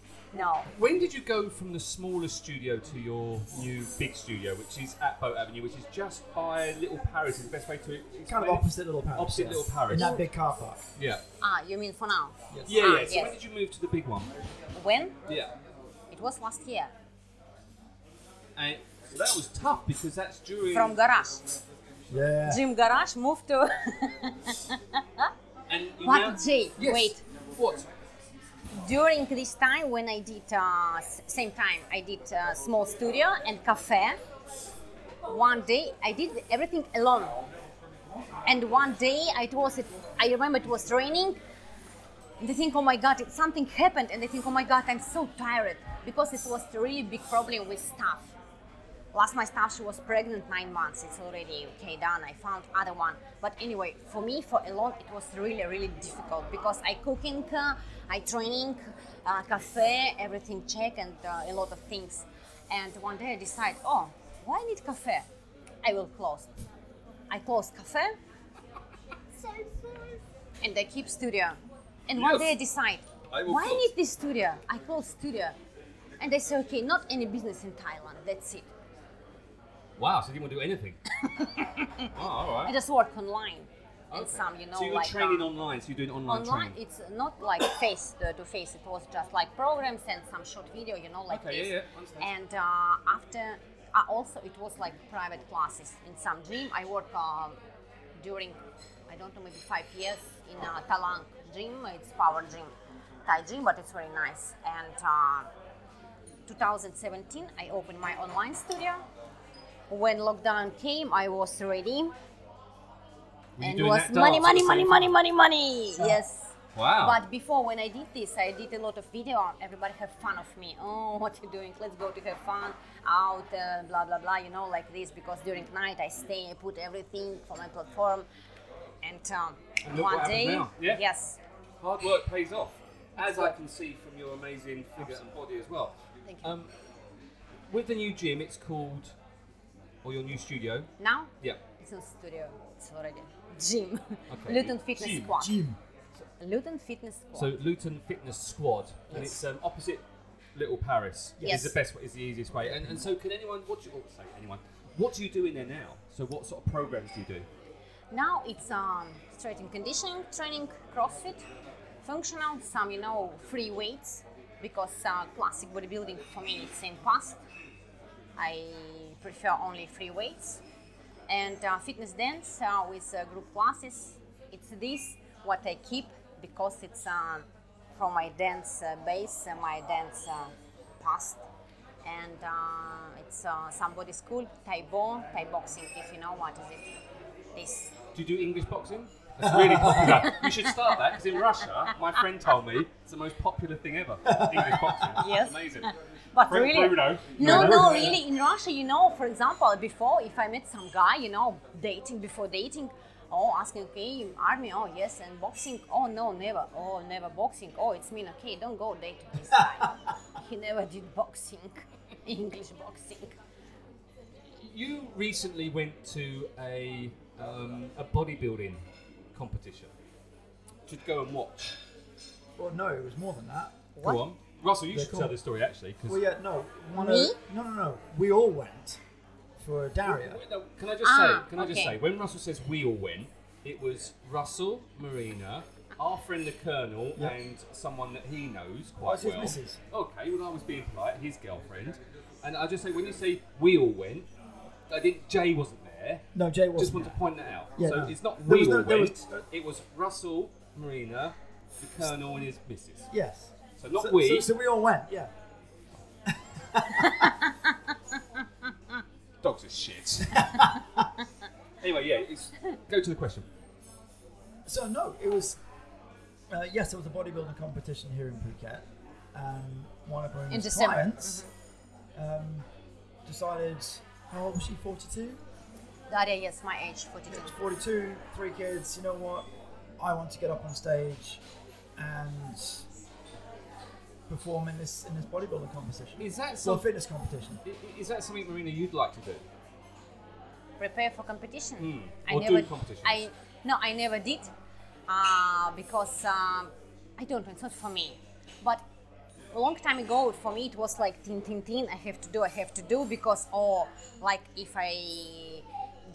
[SPEAKER 3] No,
[SPEAKER 2] When did you go from the smaller studio to your new big studio, which is at Boat Avenue, which is just by Little Paris? Is the best way to explain
[SPEAKER 4] Kind of
[SPEAKER 2] it?
[SPEAKER 4] opposite Little Paris.
[SPEAKER 2] Opposite
[SPEAKER 4] yeah.
[SPEAKER 2] Little Paris.
[SPEAKER 4] In that big car park.
[SPEAKER 2] Yeah.
[SPEAKER 3] ah, you mean for now?
[SPEAKER 4] Yes.
[SPEAKER 2] Yeah,
[SPEAKER 3] Ah,
[SPEAKER 2] yeah. So
[SPEAKER 3] yes.
[SPEAKER 2] when did you move to the big one?
[SPEAKER 3] When?
[SPEAKER 2] Yeah.
[SPEAKER 3] It was last year
[SPEAKER 2] And so that was tough because that's during
[SPEAKER 3] from garage.
[SPEAKER 4] Yeah.
[SPEAKER 3] Jim Garage moved to
[SPEAKER 2] and you
[SPEAKER 3] What,
[SPEAKER 2] now-
[SPEAKER 3] Jay?
[SPEAKER 2] Yes.
[SPEAKER 3] Wait.
[SPEAKER 2] What?
[SPEAKER 3] during this time when I did uh, s- same time I did uh, small studio and cafe. One day I did everything alone, and one day it was it, I remember it was raining. And I think, oh my god, it, something happened, and I think, oh my god, I'm so tired because it was really big problem with staff. Last my staff, she was pregnant nine months. It's already okay done. I found other one, but anyway, for me, for alone, it was really, really difficult because I cooking, uh, I training, uh, cafe, everything check, and uh, a lot of things. And one day I decide, oh, why need cafe? I will close. I close cafe, and I keep studio. And one
[SPEAKER 2] Yes.
[SPEAKER 3] day I decide,
[SPEAKER 2] I will
[SPEAKER 3] why
[SPEAKER 2] close.
[SPEAKER 3] need this studio? I close studio, and I say, okay, not any business in Thailand. That's it.
[SPEAKER 2] Wow. So you didn't want to do anything. oh, all
[SPEAKER 3] I
[SPEAKER 2] right.
[SPEAKER 3] just work online and
[SPEAKER 2] Okay.
[SPEAKER 3] some, you know,
[SPEAKER 2] so you were
[SPEAKER 3] like
[SPEAKER 2] training
[SPEAKER 3] uh,
[SPEAKER 2] online. So you're doing online,
[SPEAKER 3] online.
[SPEAKER 2] training.
[SPEAKER 3] It's not like face uh, to face. It was just like programs and some short video, you know, like
[SPEAKER 2] Okay, yeah,
[SPEAKER 3] this.
[SPEAKER 2] yeah, understand.
[SPEAKER 3] And uh, after, uh, also it was like private classes in some gym. I work um, during, I don't know, maybe five years in uh, Talang gym. It's power gym, Thai gym, but it's very nice. And uh, 2017, I opened my online studio. When lockdown came, I was ready
[SPEAKER 2] Were you
[SPEAKER 3] and
[SPEAKER 2] doing
[SPEAKER 3] was
[SPEAKER 2] that dance oh. at
[SPEAKER 3] money, money,
[SPEAKER 2] the
[SPEAKER 3] money,
[SPEAKER 2] same
[SPEAKER 3] money,
[SPEAKER 2] time?
[SPEAKER 3] money, money. Yes,
[SPEAKER 2] Wow.
[SPEAKER 3] But before, when I did this, I did a lot of video. Everybody have fun of me. Oh, what you doing? Let's go to have fun out, uh, blah blah blah. You know, like this. Because during night I stay, I put everything for my platform, and, um,
[SPEAKER 2] And look
[SPEAKER 3] one
[SPEAKER 2] what happens
[SPEAKER 3] day,
[SPEAKER 2] now. Yeah.
[SPEAKER 3] yes,
[SPEAKER 2] Hard work pays off, as I can see from your amazing figure and body as well.
[SPEAKER 3] Thank you.
[SPEAKER 2] Um, with the new gym, it's called, or your new studio.
[SPEAKER 3] now
[SPEAKER 2] Yeah.
[SPEAKER 3] it's not studio. It's already gym.
[SPEAKER 2] Okay.
[SPEAKER 3] Luton Fitness
[SPEAKER 2] Gym,
[SPEAKER 3] Squad.
[SPEAKER 4] Jim.
[SPEAKER 3] Luton Fitness Squad.
[SPEAKER 2] So Luton Fitness Squad, and
[SPEAKER 3] Yes.
[SPEAKER 2] it's um, opposite Little Paris.
[SPEAKER 3] Yes.
[SPEAKER 2] Is the best, is the easiest way. And, and so, can anyone? What do you oh, say? Anyone? What do you do in there now? So, what sort of programs do you do?
[SPEAKER 3] Now it's um, strength and conditioning training, CrossFit, functional, some you know free weights because uh, classic bodybuilding for me it's in past. I prefer only free weights and uh, fitness dance uh, with uh, group classes. It's this what I keep because it's um, from my dance uh, base, uh, my dance uh, past, and uh, it's uh, somebody school Thai Bo, Thai boxing if you know what is it. This
[SPEAKER 2] Do you do English boxing? That's really popular. you should start that because in Russia, my friend told me it's the most popular thing ever. English boxing.
[SPEAKER 3] Yes.
[SPEAKER 2] Amazing.
[SPEAKER 3] But
[SPEAKER 2] Bru-
[SPEAKER 3] really,
[SPEAKER 2] Bruno.
[SPEAKER 3] no,
[SPEAKER 2] Bruno.
[SPEAKER 3] no, really, in Russia, you know, for example, before if I met some guy, you know, dating before dating, oh, asking, okay, army, oh yes, and boxing, oh no, never, oh never boxing, oh it's mean, okay, don't go date this guy. he never did boxing, English boxing.
[SPEAKER 2] You recently went to a um, a bodybuilding competition. Should go and watch.
[SPEAKER 4] Well, no, it was more than that.
[SPEAKER 3] What?
[SPEAKER 2] Go on, Russell. You
[SPEAKER 4] Yeah,
[SPEAKER 2] should
[SPEAKER 4] go
[SPEAKER 2] tell
[SPEAKER 4] on.
[SPEAKER 2] this story actually. 'cause-
[SPEAKER 4] Well, yeah, no. One
[SPEAKER 3] Me?
[SPEAKER 4] Of, no, no, no. We all went for Daria.
[SPEAKER 2] Wait, no, Can I just
[SPEAKER 3] Ah,
[SPEAKER 2] say? Can I just
[SPEAKER 3] okay.
[SPEAKER 2] say? When Russell says we all win, it was Russell, Marina, our friend the Colonel,
[SPEAKER 4] Yeah.
[SPEAKER 2] and someone that he knows
[SPEAKER 4] Oh,
[SPEAKER 2] quite
[SPEAKER 4] it's his
[SPEAKER 2] well.
[SPEAKER 4] missus.
[SPEAKER 2] Okay, well I was being polite. His girlfriend, and I just say when you say we all win, I didn't. Jay wasn't there.
[SPEAKER 4] No, Jay wasn't.
[SPEAKER 2] Just want
[SPEAKER 4] there.
[SPEAKER 2] to point that out.
[SPEAKER 4] Yeah,
[SPEAKER 2] so
[SPEAKER 4] no.
[SPEAKER 2] it's not
[SPEAKER 4] There
[SPEAKER 2] we
[SPEAKER 4] was no-
[SPEAKER 2] all
[SPEAKER 4] there
[SPEAKER 2] win.
[SPEAKER 4] was-
[SPEAKER 2] it was Russell, Marina, the Colonel, and his missus.
[SPEAKER 4] Yes.
[SPEAKER 2] So not
[SPEAKER 4] so,
[SPEAKER 2] we.
[SPEAKER 4] So, so we all went. Yeah.
[SPEAKER 2] Dogs are shit. anyway, yeah. It's, go to the question.
[SPEAKER 4] So no, it was. Uh, yes, it was a bodybuilding competition here in Phuket, and one of
[SPEAKER 3] In
[SPEAKER 4] Bruno's
[SPEAKER 3] December. Mm-hmm.
[SPEAKER 4] clients um, decided. How old was she? Forty-two.
[SPEAKER 3] Daria, yes, my age, 42.
[SPEAKER 4] It's 42, three kids. You know what? I want to get up on stage and perform in this in this bodybuilding competition.
[SPEAKER 2] Is that
[SPEAKER 4] Well,
[SPEAKER 2] something?
[SPEAKER 4] fitness competition.
[SPEAKER 2] I- i- Is that something, Marina, you'd like to do?
[SPEAKER 3] prepare for competition.
[SPEAKER 2] Mm.
[SPEAKER 3] I
[SPEAKER 2] Or do
[SPEAKER 3] never
[SPEAKER 2] competitions.
[SPEAKER 3] I no, I never did uh, because um, I don't know. It's not for me. But a long time ago, for me, it was like tin tin tin. I have to do. I have to do because or like if I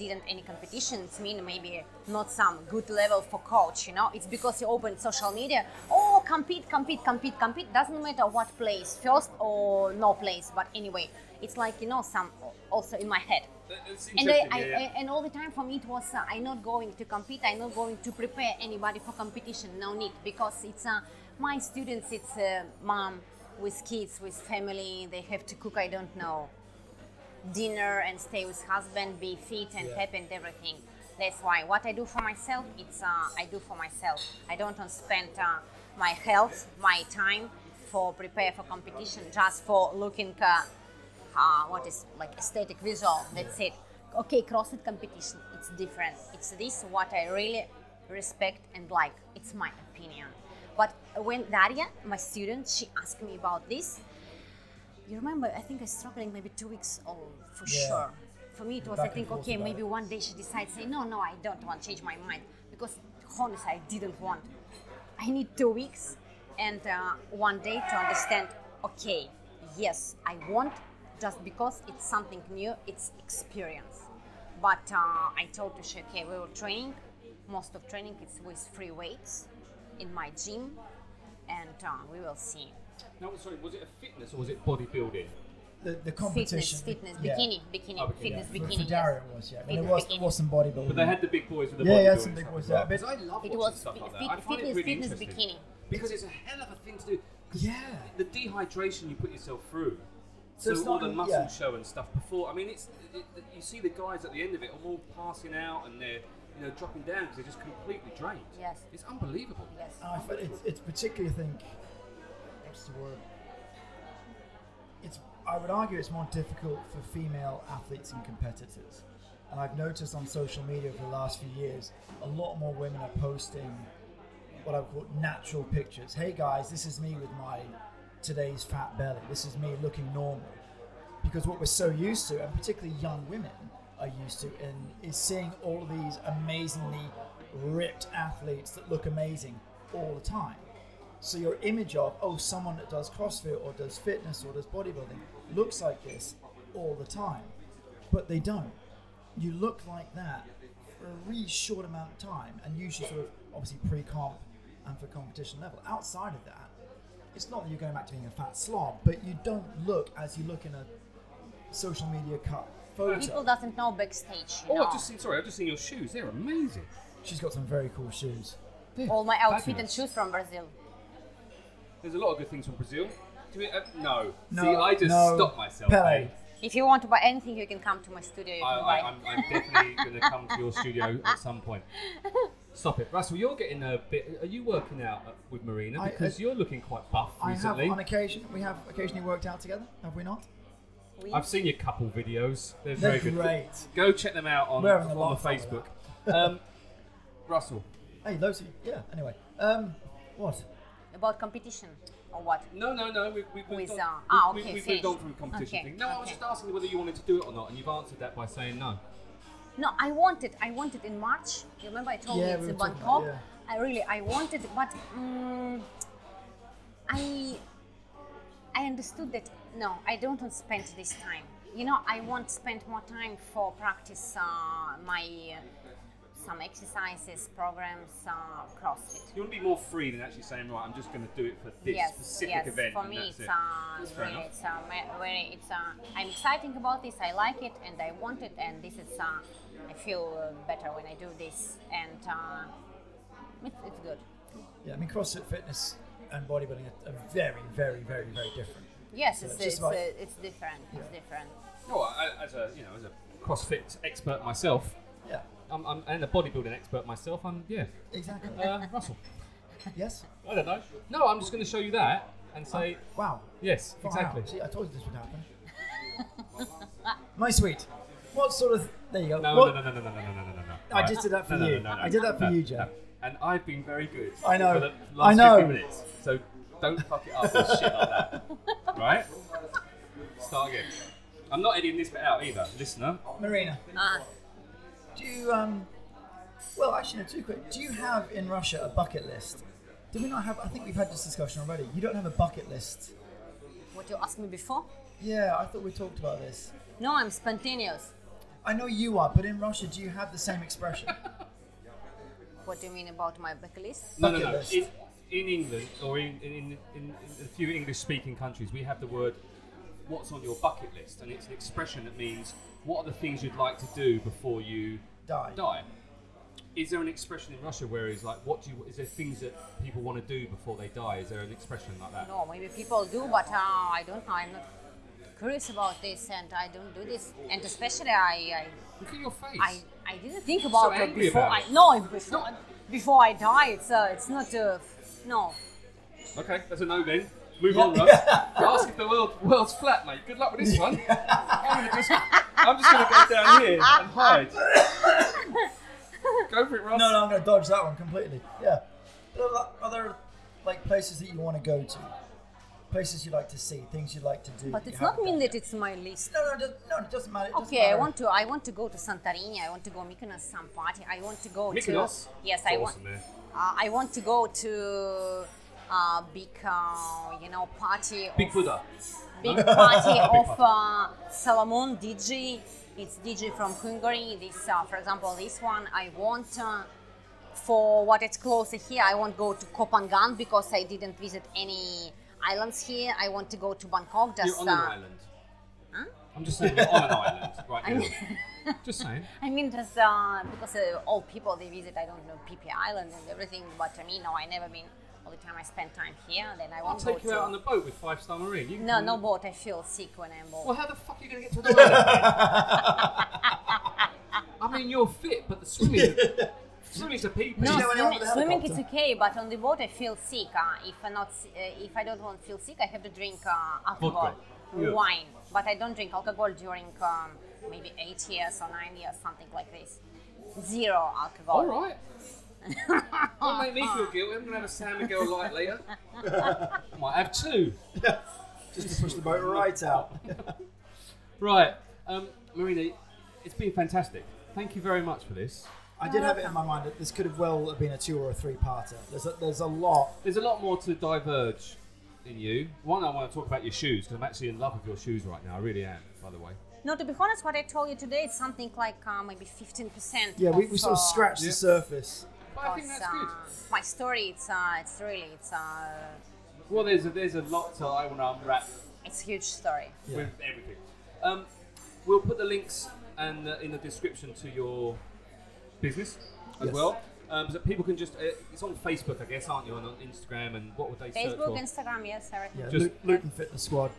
[SPEAKER 3] didn't any competitions mean maybe not some good level for coach you know it's because you open social media oh compete compete compete compete doesn't matter what place first or no place but anyway it's like you know some also in my head
[SPEAKER 2] That's
[SPEAKER 3] and I,
[SPEAKER 2] interesting.
[SPEAKER 3] I,
[SPEAKER 2] yeah, yeah.
[SPEAKER 3] and all the time for me it was uh, I'm not going to compete. I'm not going to prepare anybody for competition. No need because it's uh, my students. It's uh, mom with kids with family. They have to cook. I don't know dinner and stay with husband, be fit and
[SPEAKER 4] Yeah.
[SPEAKER 3] happy and everything. That's why what I do for myself, it's uh, I do for myself. I don't uh, spend uh, my health, my time for prepare for competition, just for looking uh, uh, what is like aesthetic visual. That's it. Okay, CrossFit competition, it's different. It's this what I really respect and like. It's my opinion. But when Daria, my student, she asked me about this, you remember, I think I struggling maybe two weeks old for
[SPEAKER 4] Yeah.
[SPEAKER 3] sure. For me, it was,
[SPEAKER 4] Back
[SPEAKER 3] I
[SPEAKER 4] and
[SPEAKER 3] think,
[SPEAKER 4] forth
[SPEAKER 3] okay,
[SPEAKER 4] about
[SPEAKER 3] maybe
[SPEAKER 4] it.
[SPEAKER 3] one day she decides, say, no, no, I don't want to change my mind. Because, honestly, I didn't want. I need two weeks and uh, one day to understand, okay, yes, I want, just because it's something new, it's experience. But uh, I told her, she, okay, we will train. Most of training is with free weights in my gym, and uh, we will see.
[SPEAKER 2] No, sorry, was it a fitness or was it bodybuilding?
[SPEAKER 4] The, the competition.
[SPEAKER 3] Fitness, fitness,
[SPEAKER 4] yeah.
[SPEAKER 3] bikini, bikini,
[SPEAKER 2] Oh, bikini,
[SPEAKER 3] fitness,
[SPEAKER 4] For,
[SPEAKER 3] bikini.
[SPEAKER 4] for
[SPEAKER 3] yes.
[SPEAKER 4] Daria it was, yeah. But there
[SPEAKER 3] Fitness
[SPEAKER 4] was, there
[SPEAKER 3] bikini.
[SPEAKER 4] was some bodybuilding.
[SPEAKER 2] But they had the big boys with the
[SPEAKER 4] Mm. Yeah,
[SPEAKER 2] bodybuilding.
[SPEAKER 4] yeah, some big
[SPEAKER 2] stuff
[SPEAKER 4] boys
[SPEAKER 2] as well.
[SPEAKER 4] there. But-
[SPEAKER 2] Because I love
[SPEAKER 3] It
[SPEAKER 2] watching
[SPEAKER 3] was
[SPEAKER 2] stuff
[SPEAKER 3] fi-
[SPEAKER 2] like that.
[SPEAKER 3] fit-
[SPEAKER 2] I find it
[SPEAKER 3] fitness-
[SPEAKER 2] really
[SPEAKER 3] fitness
[SPEAKER 2] interesting.
[SPEAKER 3] bikini.
[SPEAKER 2] Because it's a hell of a thing to do. 'Cause
[SPEAKER 4] Yeah.
[SPEAKER 2] The dehydration you put yourself through.
[SPEAKER 4] So
[SPEAKER 2] So,
[SPEAKER 4] it's
[SPEAKER 2] all
[SPEAKER 4] not
[SPEAKER 2] the
[SPEAKER 4] an-
[SPEAKER 2] muscle
[SPEAKER 4] yeah.
[SPEAKER 2] show and stuff before. I mean, it's it, it, you see the guys at the end of it are all passing out and they're you know, dropping down because they're just completely drained.
[SPEAKER 3] Yes.
[SPEAKER 2] It's unbelievable.
[SPEAKER 3] Yes.
[SPEAKER 4] Uh, but it's, it's particularly, I think, what's the word? It's, I would argue it's more difficult for female athletes and competitors. And I've noticed on social media for the last few years, a lot more women are posting what I would call natural pictures. Hey guys, this is me with my today's fat belly. This is me looking normal. Because what we're so used to, and particularly young women are used to, and is seeing all of these amazingly ripped athletes that look amazing all the time. So your image of oh someone that does CrossFit or does fitness or does bodybuilding looks like this all the time, but they don't. You look like that for a really short amount of time, and usually sort of obviously pre-comp and for competition level. Outside of that, it's not that you're going back to being a fat slob, but you don't look as you look in a social media cut photo.
[SPEAKER 3] People doesn't know backstage. You
[SPEAKER 2] Oh,
[SPEAKER 3] know.
[SPEAKER 2] I've just seen. Sorry, I've just seen your shoes. They're amazing.
[SPEAKER 4] She's got some very cool shoes.
[SPEAKER 3] All my outfit and
[SPEAKER 2] Fabulous.
[SPEAKER 3] shoes from Brazil.
[SPEAKER 2] There's a lot of good things from Brazil. Do we, uh, no.
[SPEAKER 4] No,
[SPEAKER 2] See, I just
[SPEAKER 4] no,
[SPEAKER 2] stopped myself.
[SPEAKER 4] Pele.
[SPEAKER 2] eh?
[SPEAKER 3] If you want to buy anything, you can come to my studio. You
[SPEAKER 2] I,
[SPEAKER 3] can
[SPEAKER 2] I,
[SPEAKER 3] buy.
[SPEAKER 2] I'm, I'm definitely going to come to your studio at some point. Stop it, Russell. You're getting a bit. Are you working out uh, with Marina?
[SPEAKER 4] I-
[SPEAKER 2] Because
[SPEAKER 4] I-
[SPEAKER 2] you're looking quite buff
[SPEAKER 4] I have
[SPEAKER 2] recently.
[SPEAKER 4] on occasion. We have occasionally worked out together, have we not?
[SPEAKER 3] We-
[SPEAKER 2] I've seen your couple videos. They're
[SPEAKER 4] They're
[SPEAKER 2] very good.
[SPEAKER 4] great.
[SPEAKER 2] Go check them out on,
[SPEAKER 4] We're having a
[SPEAKER 2] on
[SPEAKER 4] laugh over
[SPEAKER 2] Facebook. Um, Russell,
[SPEAKER 4] Hey, loads of yeah. Anyway, um, what?
[SPEAKER 3] About competition or what?
[SPEAKER 2] no, no, no. We've, we've moved
[SPEAKER 3] With,
[SPEAKER 2] on.
[SPEAKER 3] uh, ah,
[SPEAKER 2] we,
[SPEAKER 3] okay,
[SPEAKER 2] we, have moved on
[SPEAKER 3] finished.
[SPEAKER 2] from the competition
[SPEAKER 3] Okay,
[SPEAKER 2] thing. No, I was
[SPEAKER 3] okay.
[SPEAKER 2] just asking whether you wanted to do it or not, and you've answered that by saying no.
[SPEAKER 3] No, I wanted. I wanted in March. You remember I told
[SPEAKER 4] Yeah,
[SPEAKER 3] you
[SPEAKER 4] we
[SPEAKER 3] it's
[SPEAKER 4] were
[SPEAKER 3] in
[SPEAKER 4] talking
[SPEAKER 3] Bangkok.
[SPEAKER 4] about- yeah.
[SPEAKER 3] I really I wanted, but um, I I understood that no, I don't want to spend this time. You know, I want to spend more time for practice uh, my uh, some exercises, programs, uh, CrossFit.
[SPEAKER 2] You want to be more free than actually saying, right, I'm just going to do it for this
[SPEAKER 3] yes,
[SPEAKER 2] specific
[SPEAKER 3] yes.
[SPEAKER 2] event.
[SPEAKER 3] For
[SPEAKER 2] and
[SPEAKER 3] me,
[SPEAKER 2] that's
[SPEAKER 3] it's
[SPEAKER 2] it.
[SPEAKER 3] uh,
[SPEAKER 2] That's fair
[SPEAKER 3] really,
[SPEAKER 2] enough.
[SPEAKER 3] it's uh, ma- very, it's uh, I'm excited about this. I like it, and I want it, and this is uh, I feel uh, better when I do this, and uh, it, it's good.
[SPEAKER 4] Yeah, I mean CrossFit fitness and bodybuilding are, are very, very, very, very different.
[SPEAKER 3] Yes,
[SPEAKER 4] So
[SPEAKER 3] it's
[SPEAKER 4] it's just
[SPEAKER 3] it's,
[SPEAKER 4] about-
[SPEAKER 3] uh, it's different. It's different.
[SPEAKER 2] Well, I, as a you know, as a CrossFit expert myself,
[SPEAKER 4] Yeah,
[SPEAKER 2] I'm, I'm, and a bodybuilding expert myself, I'm yeah.
[SPEAKER 4] exactly.
[SPEAKER 2] Uh, Russell,
[SPEAKER 4] yes.
[SPEAKER 2] I don't know. No, I'm just going to show you that and say
[SPEAKER 4] Oh. Wow.
[SPEAKER 2] yes,
[SPEAKER 4] Far
[SPEAKER 2] exactly.
[SPEAKER 4] out. See, I told you this would happen. My sweet. What sort of? There you go.
[SPEAKER 2] No,
[SPEAKER 4] what,
[SPEAKER 2] no, no, no, no, no, no, no, no, no, no.
[SPEAKER 4] I just did that for
[SPEAKER 2] No, no,
[SPEAKER 4] you.
[SPEAKER 2] no, no, no,
[SPEAKER 4] I did that for
[SPEAKER 2] no,
[SPEAKER 4] you,
[SPEAKER 2] no.
[SPEAKER 4] Jack.
[SPEAKER 2] And I've been very good.
[SPEAKER 4] I know.
[SPEAKER 2] For the last
[SPEAKER 4] I know.
[SPEAKER 2] 50 minutes. So don't fuck it up with shit like that. Right? Start again. I'm not editing this bit out either, listener.
[SPEAKER 4] Marina,
[SPEAKER 3] Uh,
[SPEAKER 4] do you um? Well, actually, no, too quick. Do you have in Russia a bucket list? Do we not have? I think we've had this discussion already. You don't have a bucket list.
[SPEAKER 3] what you asked me before?
[SPEAKER 4] Yeah, I thought we talked about this.
[SPEAKER 3] No, I'm spontaneous.
[SPEAKER 4] I know you are, but in Russia, do you have the same expression?
[SPEAKER 3] What do you mean about my bucket list?
[SPEAKER 2] No, no,
[SPEAKER 4] Bucket
[SPEAKER 2] no.
[SPEAKER 4] list.
[SPEAKER 2] In, in England, or in, in, in, in a few English speaking countries, we have the word what's on your bucket list. And it's an expression that means what are the things you'd like to do before you
[SPEAKER 4] Die.
[SPEAKER 2] die. Is there an expression in Russia where it's like, what do you, is there things that people want to do before they die? Is there an expression like that?
[SPEAKER 3] No, maybe people do, but uh, I don't know. I'm not curious about this, and I don't do this. And especially, I, I
[SPEAKER 2] Look at your face.
[SPEAKER 3] I, I didn't think about it
[SPEAKER 2] angry
[SPEAKER 3] before
[SPEAKER 2] about
[SPEAKER 3] I
[SPEAKER 2] it.
[SPEAKER 3] no before, before I die. It's uh, it's not uh, no.
[SPEAKER 2] Okay, that's a no then. Move on, Russ. Ask if the world, world's flat, mate. Good luck with this one. I'm, gonna just, I'm just going to go down here and hide. go for it, Russ.
[SPEAKER 4] No, no, I'm going to dodge that one completely. Yeah. Are there, are there, like places that you want to go to? Places you like to see, things you like to do.
[SPEAKER 3] But
[SPEAKER 4] that
[SPEAKER 3] it's
[SPEAKER 4] you
[SPEAKER 3] not
[SPEAKER 4] haven't
[SPEAKER 3] mean
[SPEAKER 4] done
[SPEAKER 3] that it's my list.
[SPEAKER 4] yet? No, no, it doesn't, no, it doesn't matter. It doesn't
[SPEAKER 3] Okay, I
[SPEAKER 4] matter.
[SPEAKER 3] want to I want to go to Santorini. I want to go Mykonos some party. I want to go
[SPEAKER 2] Mykonos?
[SPEAKER 3] to yes.
[SPEAKER 2] It's
[SPEAKER 3] I want
[SPEAKER 2] awesome there.
[SPEAKER 3] uh, I want to go to uh, big uh, you know party.
[SPEAKER 2] Big
[SPEAKER 3] of,
[SPEAKER 2] Buddha.
[SPEAKER 3] Big party of uh, Salomon DJ. It's DJ from Hungary. This, uh, for example, this one I want. Uh, for what it's closer here, I won't go to Kopangan because I didn't visit any islands here. I want to go to Bangkok. Just
[SPEAKER 2] You're on
[SPEAKER 3] uh,
[SPEAKER 2] an island. I'm just saying, you're on an island right now. just saying.
[SPEAKER 3] I mean, just uh, because uh, all people they visit, I don't know PP Island and everything. But to me, no, I never been. All the time I spend time here, then I
[SPEAKER 2] I'll
[SPEAKER 3] won't
[SPEAKER 2] take
[SPEAKER 3] go
[SPEAKER 2] you
[SPEAKER 3] to.
[SPEAKER 2] out on the boat with Five Star Marine. You
[SPEAKER 3] no,
[SPEAKER 2] can-
[SPEAKER 3] no boat. I feel sick when I'm bored.
[SPEAKER 2] Well, how the fuck are you going to get to an island? mate? I mean, you're fit, but the swimming, swimming's a pee pee.
[SPEAKER 3] No,
[SPEAKER 4] you know anyone
[SPEAKER 3] swimming,
[SPEAKER 4] with a
[SPEAKER 3] swimming is
[SPEAKER 4] helicopter?
[SPEAKER 3] okay, but on the boat I feel sick. Uh, if I not, s- uh, if I don't want to feel sick, I have to drink uh, alcohol,
[SPEAKER 2] Yeah.
[SPEAKER 3] wine. But I don't drink alcohol during um, maybe eight years or nine years, something like this. Zero alcohol.
[SPEAKER 2] All right. Don't make me feel guilty. I'm gonna have a Sam and Girl light later. Might have two.
[SPEAKER 4] Just to push the boat right out.
[SPEAKER 2] Right, um, Marina, it's been fantastic. Thank you very much for this.
[SPEAKER 4] I did have it in my mind that this could have well been a two or a three-parter. There's a, there's a lot.
[SPEAKER 2] There's a lot more to diverge in you. One, I want to talk about your shoes because I'm actually in love with your shoes right now. I really am, by the way.
[SPEAKER 3] No, to be honest, what I told you today is something like uh, maybe fifteen percent. uh,
[SPEAKER 4] Yeah, we, we
[SPEAKER 3] Ah.
[SPEAKER 4] sort of scratched
[SPEAKER 2] Yeah.
[SPEAKER 4] the surface.
[SPEAKER 2] But I think that's good.
[SPEAKER 3] My story, it's uh, it's really it's uh,
[SPEAKER 2] Well, there's a, there's a lot to I want to unwrap
[SPEAKER 3] it's a huge story.
[SPEAKER 4] Yeah.
[SPEAKER 2] with everything. Um, we'll put the links and uh, in the description to your business as
[SPEAKER 4] Yes.
[SPEAKER 2] well, um, so that people can just. Uh, it's on Facebook, I guess, aren't you? And on Instagram, and what would they
[SPEAKER 3] Facebook,
[SPEAKER 2] search
[SPEAKER 3] Instagram, yes, everything.
[SPEAKER 4] Yeah,
[SPEAKER 2] Just-
[SPEAKER 4] Lu- Luton Fitness Squad.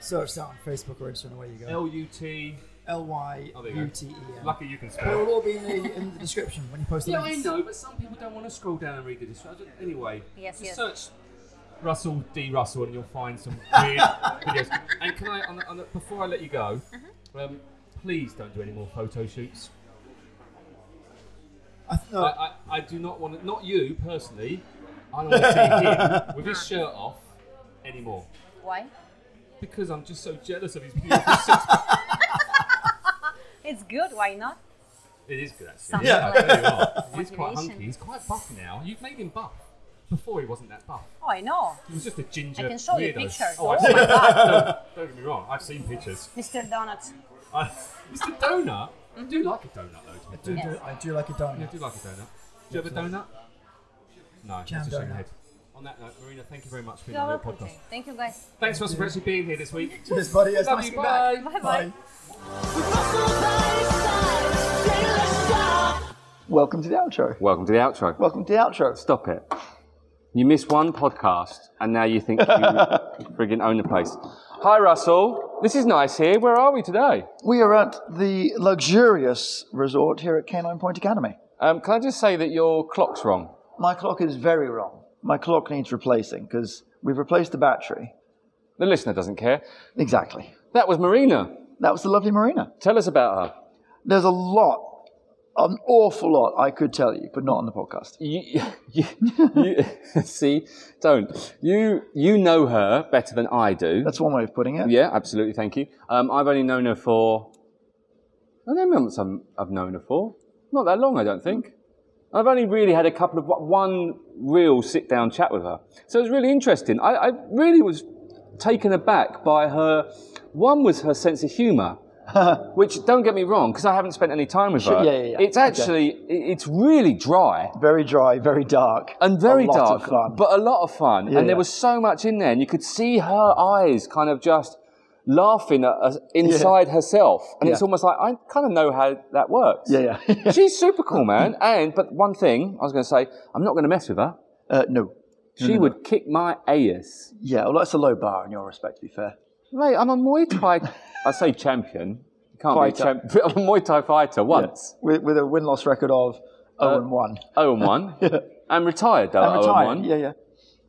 [SPEAKER 4] Search that on Facebook or Instagram, away you
[SPEAKER 2] for?
[SPEAKER 4] go.
[SPEAKER 2] L U T.
[SPEAKER 4] L Y
[SPEAKER 2] Oh, there you go.
[SPEAKER 4] U T E N.
[SPEAKER 2] Lucky you can
[SPEAKER 4] It
[SPEAKER 2] spell.
[SPEAKER 4] will all be in the, in the description when you post the
[SPEAKER 2] Yeah, I
[SPEAKER 4] links.
[SPEAKER 2] know, but some people don't want to scroll down and read the description. Anyway,
[SPEAKER 3] Yes,
[SPEAKER 2] just
[SPEAKER 3] yes.
[SPEAKER 2] search Russell D. Russell and you'll find some weird videos. And can I, on the, on the, before I let you go,
[SPEAKER 3] Mm-hmm.
[SPEAKER 2] um, please don't do any more photo shoots.
[SPEAKER 4] I th- no,
[SPEAKER 2] I, I, I do not want to, not you personally, I don't want to see him with his shirt off anymore.
[SPEAKER 3] Why?
[SPEAKER 2] Because I'm just so jealous of his beautiful six
[SPEAKER 3] It's good. Why not?
[SPEAKER 2] It is good actually.
[SPEAKER 3] Something
[SPEAKER 2] Yeah, I
[SPEAKER 3] like
[SPEAKER 2] tell you what, He's quite
[SPEAKER 3] Motivation.
[SPEAKER 2] hunky. He's quite buff now. You've made him buff. Before he wasn't that buff.
[SPEAKER 3] Oh, I know.
[SPEAKER 2] He was just a ginger.
[SPEAKER 3] I can show you
[SPEAKER 2] weirdo.
[SPEAKER 3] pictures.
[SPEAKER 2] Oh, I've
[SPEAKER 3] Oh
[SPEAKER 2] seen,
[SPEAKER 3] my
[SPEAKER 2] don't, don't get me wrong. I've seen pictures.
[SPEAKER 3] Mr. Donut.
[SPEAKER 2] I, Mr. Donut. I do like a donut though. To
[SPEAKER 4] do,
[SPEAKER 2] be fair.
[SPEAKER 4] do, I do like a donut.
[SPEAKER 2] Yeah, I do like a donut. Do you have a donut? No,
[SPEAKER 4] Jam
[SPEAKER 2] that's a shame
[SPEAKER 4] donut.
[SPEAKER 2] head. On that note, Marina, thank you very much for being
[SPEAKER 3] You're
[SPEAKER 2] on the
[SPEAKER 3] welcome.
[SPEAKER 2] podcast.
[SPEAKER 3] Jay. Thank you, guys.
[SPEAKER 2] Thanks, Russell, for actually being here this week.
[SPEAKER 4] Cheers, buddy. It's
[SPEAKER 2] Love
[SPEAKER 4] nice
[SPEAKER 2] you,
[SPEAKER 4] to be back.
[SPEAKER 2] bye.
[SPEAKER 3] Bye-bye.
[SPEAKER 4] Bye.
[SPEAKER 5] Welcome to the outro.
[SPEAKER 6] Welcome to the outro.
[SPEAKER 5] Welcome to the outro.
[SPEAKER 6] Stop it. You miss one podcast and now you think you friggin' own the place. Hi, Russell. This is nice here. Where are we today?
[SPEAKER 5] We are at the luxurious resort here at Canine Point Academy.
[SPEAKER 6] Um, can I just say that your clock's wrong?
[SPEAKER 5] My clock is very wrong. My clock needs replacing because we've replaced the battery.
[SPEAKER 6] The listener doesn't care.
[SPEAKER 5] Exactly.
[SPEAKER 6] That was Marina.
[SPEAKER 5] That was the lovely Marina.
[SPEAKER 6] Tell us about her.
[SPEAKER 5] There's a lot, an awful lot I could tell you, but not on the podcast.
[SPEAKER 6] You, you, you, see, don't. You, you know her better than I do.
[SPEAKER 5] That's one way of putting it.
[SPEAKER 6] Yeah, absolutely. Thank you. Um, I've only known her for. I don't know how much I'm- I've known her for. Not that long, I don't think. I've only really had a couple of one real sit down chat with her. So it was really interesting. I, I really was taken aback by her. One was her sense of humour. Which don't get me wrong, because I haven't spent any time with
[SPEAKER 5] Sure,
[SPEAKER 6] her.
[SPEAKER 5] yeah, yeah, yeah.
[SPEAKER 6] It's
[SPEAKER 5] Okay.
[SPEAKER 6] actually it- it's really dry
[SPEAKER 5] Very dry, very dark,
[SPEAKER 6] and very
[SPEAKER 5] a lot
[SPEAKER 6] dark,
[SPEAKER 5] Of fun.
[SPEAKER 6] but a lot of fun.
[SPEAKER 5] Yeah,
[SPEAKER 6] and there
[SPEAKER 5] yeah.
[SPEAKER 6] was so much in there, and you could see her eyes kind of just laughing at us inside herself. And it's
[SPEAKER 5] Yeah.
[SPEAKER 6] almost like I kind of know how that works.
[SPEAKER 5] yeah, yeah.
[SPEAKER 6] She's super cool, man. And but one thing I was going to say, I'm not going to mess with her.
[SPEAKER 5] uh, no.
[SPEAKER 6] She would kick my ass,
[SPEAKER 5] Yeah, well, that's a low bar in your respect, to be fair.
[SPEAKER 6] mate. I'm a Muay Thai. I say champion. You Can't be
[SPEAKER 5] Fighter.
[SPEAKER 6] champ- I'm a Muay Thai fighter once.
[SPEAKER 5] With, with a win loss record
[SPEAKER 6] Uh,
[SPEAKER 5] of 0 and 1.
[SPEAKER 6] Oh and one. I'm retired though.
[SPEAKER 5] I'm
[SPEAKER 6] oh and
[SPEAKER 5] retired.
[SPEAKER 6] one.
[SPEAKER 5] Yeah, yeah.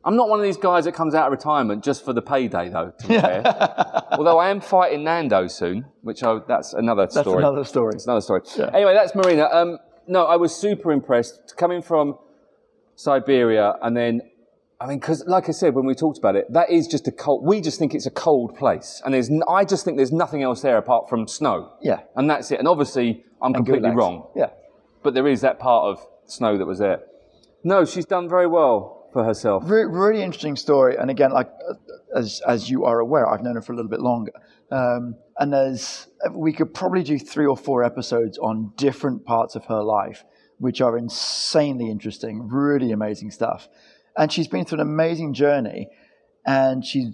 [SPEAKER 6] I'm not one of these guys that comes out of retirement just for the payday, though. To be fair, although I am fighting Nando soon, which I, that's another
[SPEAKER 5] That's
[SPEAKER 6] story.
[SPEAKER 5] another story.
[SPEAKER 6] It's another story. Anyway, that's Marina. Um, no, I was super impressed coming from Siberia, and then I mean, because like I said when we talked about it, that is just a cold. We just think it's a cold place, and there's n- I just think there's nothing else there apart from snow.
[SPEAKER 5] Yeah.
[SPEAKER 6] and that's it. And obviously, I'm
[SPEAKER 5] And
[SPEAKER 6] completely
[SPEAKER 5] gulags.
[SPEAKER 6] wrong
[SPEAKER 5] Yeah.
[SPEAKER 6] but there is that part of snow that was there. No, she's done very well for herself.
[SPEAKER 5] Re- really interesting story. And again, like uh, as as you are aware, I've known her for a little bit longer. Um, and there's we could probably do three or four episodes on different parts of her life, which are insanely interesting, really amazing stuff. And she's been through an amazing journey, and she's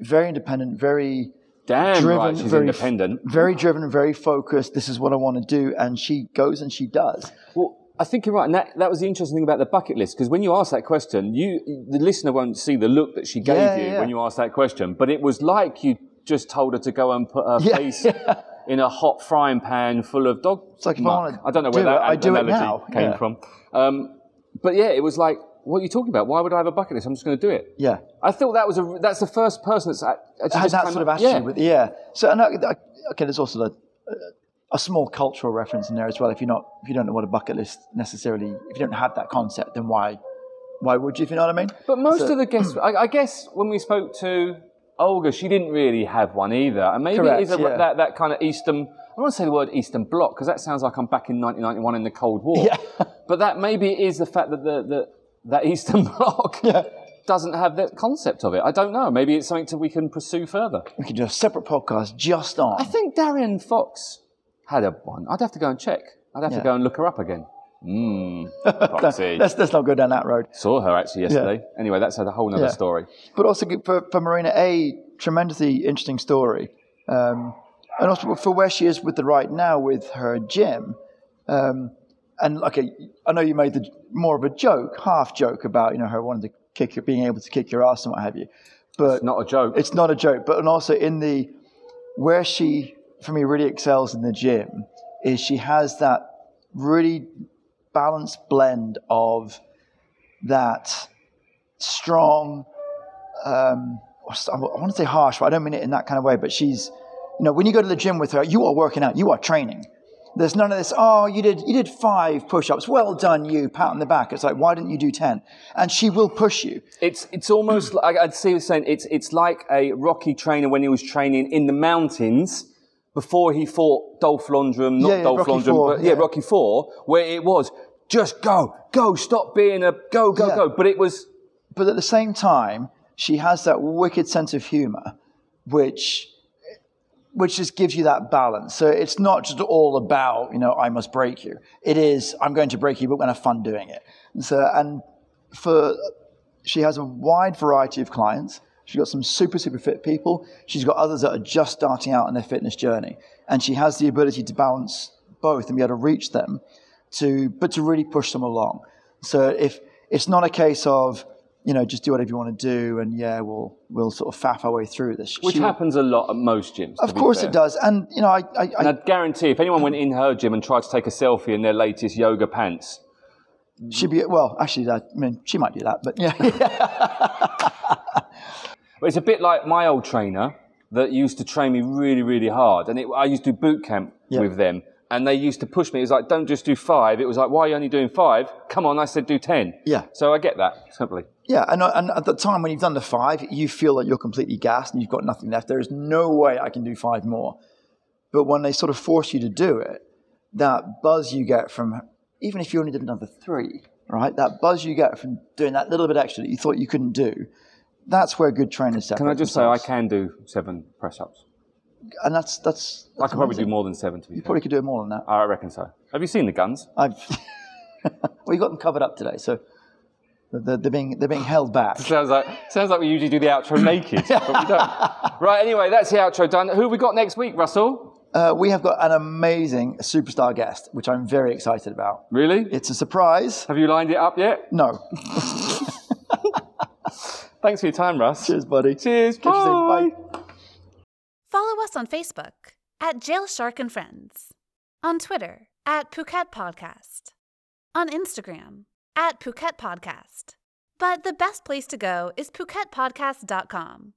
[SPEAKER 5] very independent, very
[SPEAKER 6] Damn
[SPEAKER 5] driven,
[SPEAKER 6] right, she's
[SPEAKER 5] very
[SPEAKER 6] independent.
[SPEAKER 5] very driven, very focused. This is what I want to do, and she goes and she does.
[SPEAKER 6] Well, I think you're right, and that, that was the interesting thing about the bucket list because when you ask that question, you the listener won't see the look that she gave
[SPEAKER 5] Yeah,
[SPEAKER 6] you
[SPEAKER 5] yeah, yeah.
[SPEAKER 6] when you asked that question, but it was like you just told her to go and put her
[SPEAKER 5] Yeah.
[SPEAKER 6] face in a hot frying pan full of dog.
[SPEAKER 5] It's like if I
[SPEAKER 6] muck.
[SPEAKER 5] wanna
[SPEAKER 6] I don't know where
[SPEAKER 5] do
[SPEAKER 6] that
[SPEAKER 5] it, I do it
[SPEAKER 6] analogy
[SPEAKER 5] now.
[SPEAKER 6] came
[SPEAKER 5] Yeah.
[SPEAKER 6] from. Um, but yeah, it was like, what are you talking about? Why would I have a bucket list? I'm just going to do it.
[SPEAKER 5] Yeah.
[SPEAKER 6] I thought that was a that's the first person that's act- actually
[SPEAKER 5] Had
[SPEAKER 6] just
[SPEAKER 5] that
[SPEAKER 6] came
[SPEAKER 5] sort of
[SPEAKER 6] up-
[SPEAKER 5] attitude
[SPEAKER 6] yeah.
[SPEAKER 5] with, yeah. So, and I, I- okay, there's also the, a small cultural reference in there as well. If you're not, if you don't know what a bucket list necessarily, if you don't have that concept, then why, why would you? If you know what I mean?
[SPEAKER 6] But most
[SPEAKER 5] So-
[SPEAKER 6] of the guests, I, I guess, when we spoke to Olga, she didn't really have one either, and maybe
[SPEAKER 5] Correct,
[SPEAKER 6] it is a,
[SPEAKER 5] yeah.
[SPEAKER 6] that that kind of Eastern. I don't want to say the word Eastern Bloc because that sounds like I'm back in 1991 in the Cold War.
[SPEAKER 5] Yeah.
[SPEAKER 6] but that maybe is the fact that the, the that Eastern Bloc doesn't have that concept of it. I don't know. Maybe it's something that we can pursue further.
[SPEAKER 5] We could do a separate podcast just on.
[SPEAKER 6] I think Darian Fox had a one. I'd have to go and check. I'd have
[SPEAKER 5] Yeah.
[SPEAKER 6] to go and look her up again. Mmm. Foxy.
[SPEAKER 5] let's, let's not go down that road.
[SPEAKER 6] Saw her actually yesterday. Anyway, that's a whole other
[SPEAKER 5] Yeah.
[SPEAKER 6] story.
[SPEAKER 5] but also good for, for Marina, a tremendously interesting story, um, and also for where she is with the right now with her gym. Um, and okay, I know you made the more of a joke, half joke about you know her wanting to kick your, being able to kick your ass and what have you, but
[SPEAKER 6] Not a joke.
[SPEAKER 5] it's not a joke. But and also in the where she for me really excels in the gym is she has that really balanced blend of that strong. Um, I want to say harsh, but I don't mean it in that kind of way. But she's, you know, when you go to the gym with her, you are working out, you are training. There's none of this. Oh, you did you did five push-ups. Well done, you. Pat on the back. It's like why didn't you do ten? And she will push you.
[SPEAKER 6] It's it's almost like I'd see you saying it's it's like a Rocky trainer when he was training in the mountains before he fought Dolph Lundgren, not
[SPEAKER 5] Yeah, yeah,
[SPEAKER 6] Dolph
[SPEAKER 5] Rocky
[SPEAKER 6] Lundgren,
[SPEAKER 5] Four,
[SPEAKER 6] but yeah,
[SPEAKER 5] yeah.
[SPEAKER 6] Rocky Four, where it was just go, go, stop being a go, go,
[SPEAKER 5] Yeah.
[SPEAKER 6] go. But it was
[SPEAKER 5] but at the same time, she has that wicked sense of humor, which which just gives you that balance. So it's not just all about you know I must break you. It is I'm going to break you, but we're going to have fun doing it. And so and for she has a wide variety of clients. She's got some super super fit people. She's got others that are just starting out on their fitness journey, and she has the ability to balance both and be able to reach them to but to really push them along. So if it's not a case of you know just do whatever you want to do and yeah we'll we'll sort of faff our way through this.
[SPEAKER 6] which
[SPEAKER 5] She-
[SPEAKER 6] happens a lot at most gyms.
[SPEAKER 5] Of course it does, and you know I I, I
[SPEAKER 6] And I'd guarantee if anyone went in her gym and tried to take a selfie in their latest yoga pants,
[SPEAKER 5] she'd be well actually that, I mean she might do that, but yeah
[SPEAKER 6] But it's a bit like my old trainer that used to train me really, really hard. And it, I used to do boot camp
[SPEAKER 5] Yeah.
[SPEAKER 6] with them. And they used to push me. It was like, don't just do five. It was like, why are you only doing five? Come on, I said do 10.
[SPEAKER 5] Yeah.
[SPEAKER 6] So I get that, simply.
[SPEAKER 5] Yeah, and, uh, and at the time when you've done the five, you feel that you're completely gassed and you've got nothing left. There is no way I can do five more. But when they sort of force you to do it, that buzz you get from, even if you only did another three, right? That buzz you get from doing that little bit extra that you thought you couldn't do, that's where good trainers separate
[SPEAKER 6] Can I just say, I
[SPEAKER 5] themselves.
[SPEAKER 6] can do seven press ups?
[SPEAKER 5] And that's, that's,
[SPEAKER 6] I
[SPEAKER 5] that's
[SPEAKER 6] could probably do
[SPEAKER 5] amazing.
[SPEAKER 6] more than seven, to be
[SPEAKER 5] You
[SPEAKER 6] fair.
[SPEAKER 5] probably could do more than that.
[SPEAKER 6] I reckon so. Have you seen the guns?
[SPEAKER 5] I've, well, you got them covered up today, so they're, they're, being, they're being held back.
[SPEAKER 6] Sounds like, sounds like we usually do the outro naked, but we don't. Right, anyway, that's the outro done. Who we got next week, Russell?
[SPEAKER 5] Uh, we have got an amazing superstar guest, which I'm very excited about.
[SPEAKER 6] Really?
[SPEAKER 5] It's a surprise.
[SPEAKER 6] Have you lined it up yet?
[SPEAKER 5] No.
[SPEAKER 6] Thanks for your time, Russ.
[SPEAKER 5] Cheers, buddy.
[SPEAKER 6] Cheers.
[SPEAKER 5] Catch you soon.
[SPEAKER 6] Bye.
[SPEAKER 5] Bye.
[SPEAKER 7] Follow us on Facebook at Jail Shark and Friends, on Twitter at Phuket Podcast, on Instagram at Phuket Podcast. But the best place to go is PhuketPodcast.com.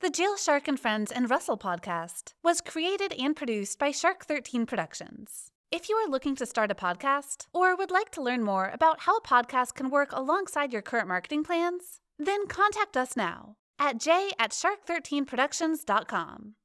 [SPEAKER 7] The Jail Shark and Friends and Russell podcast was created and produced by Shark 13 Productions. If you are looking to start a podcast or would like to learn more about how a podcast can work alongside your current marketing plans, then contact us now at j at shark13productions.com.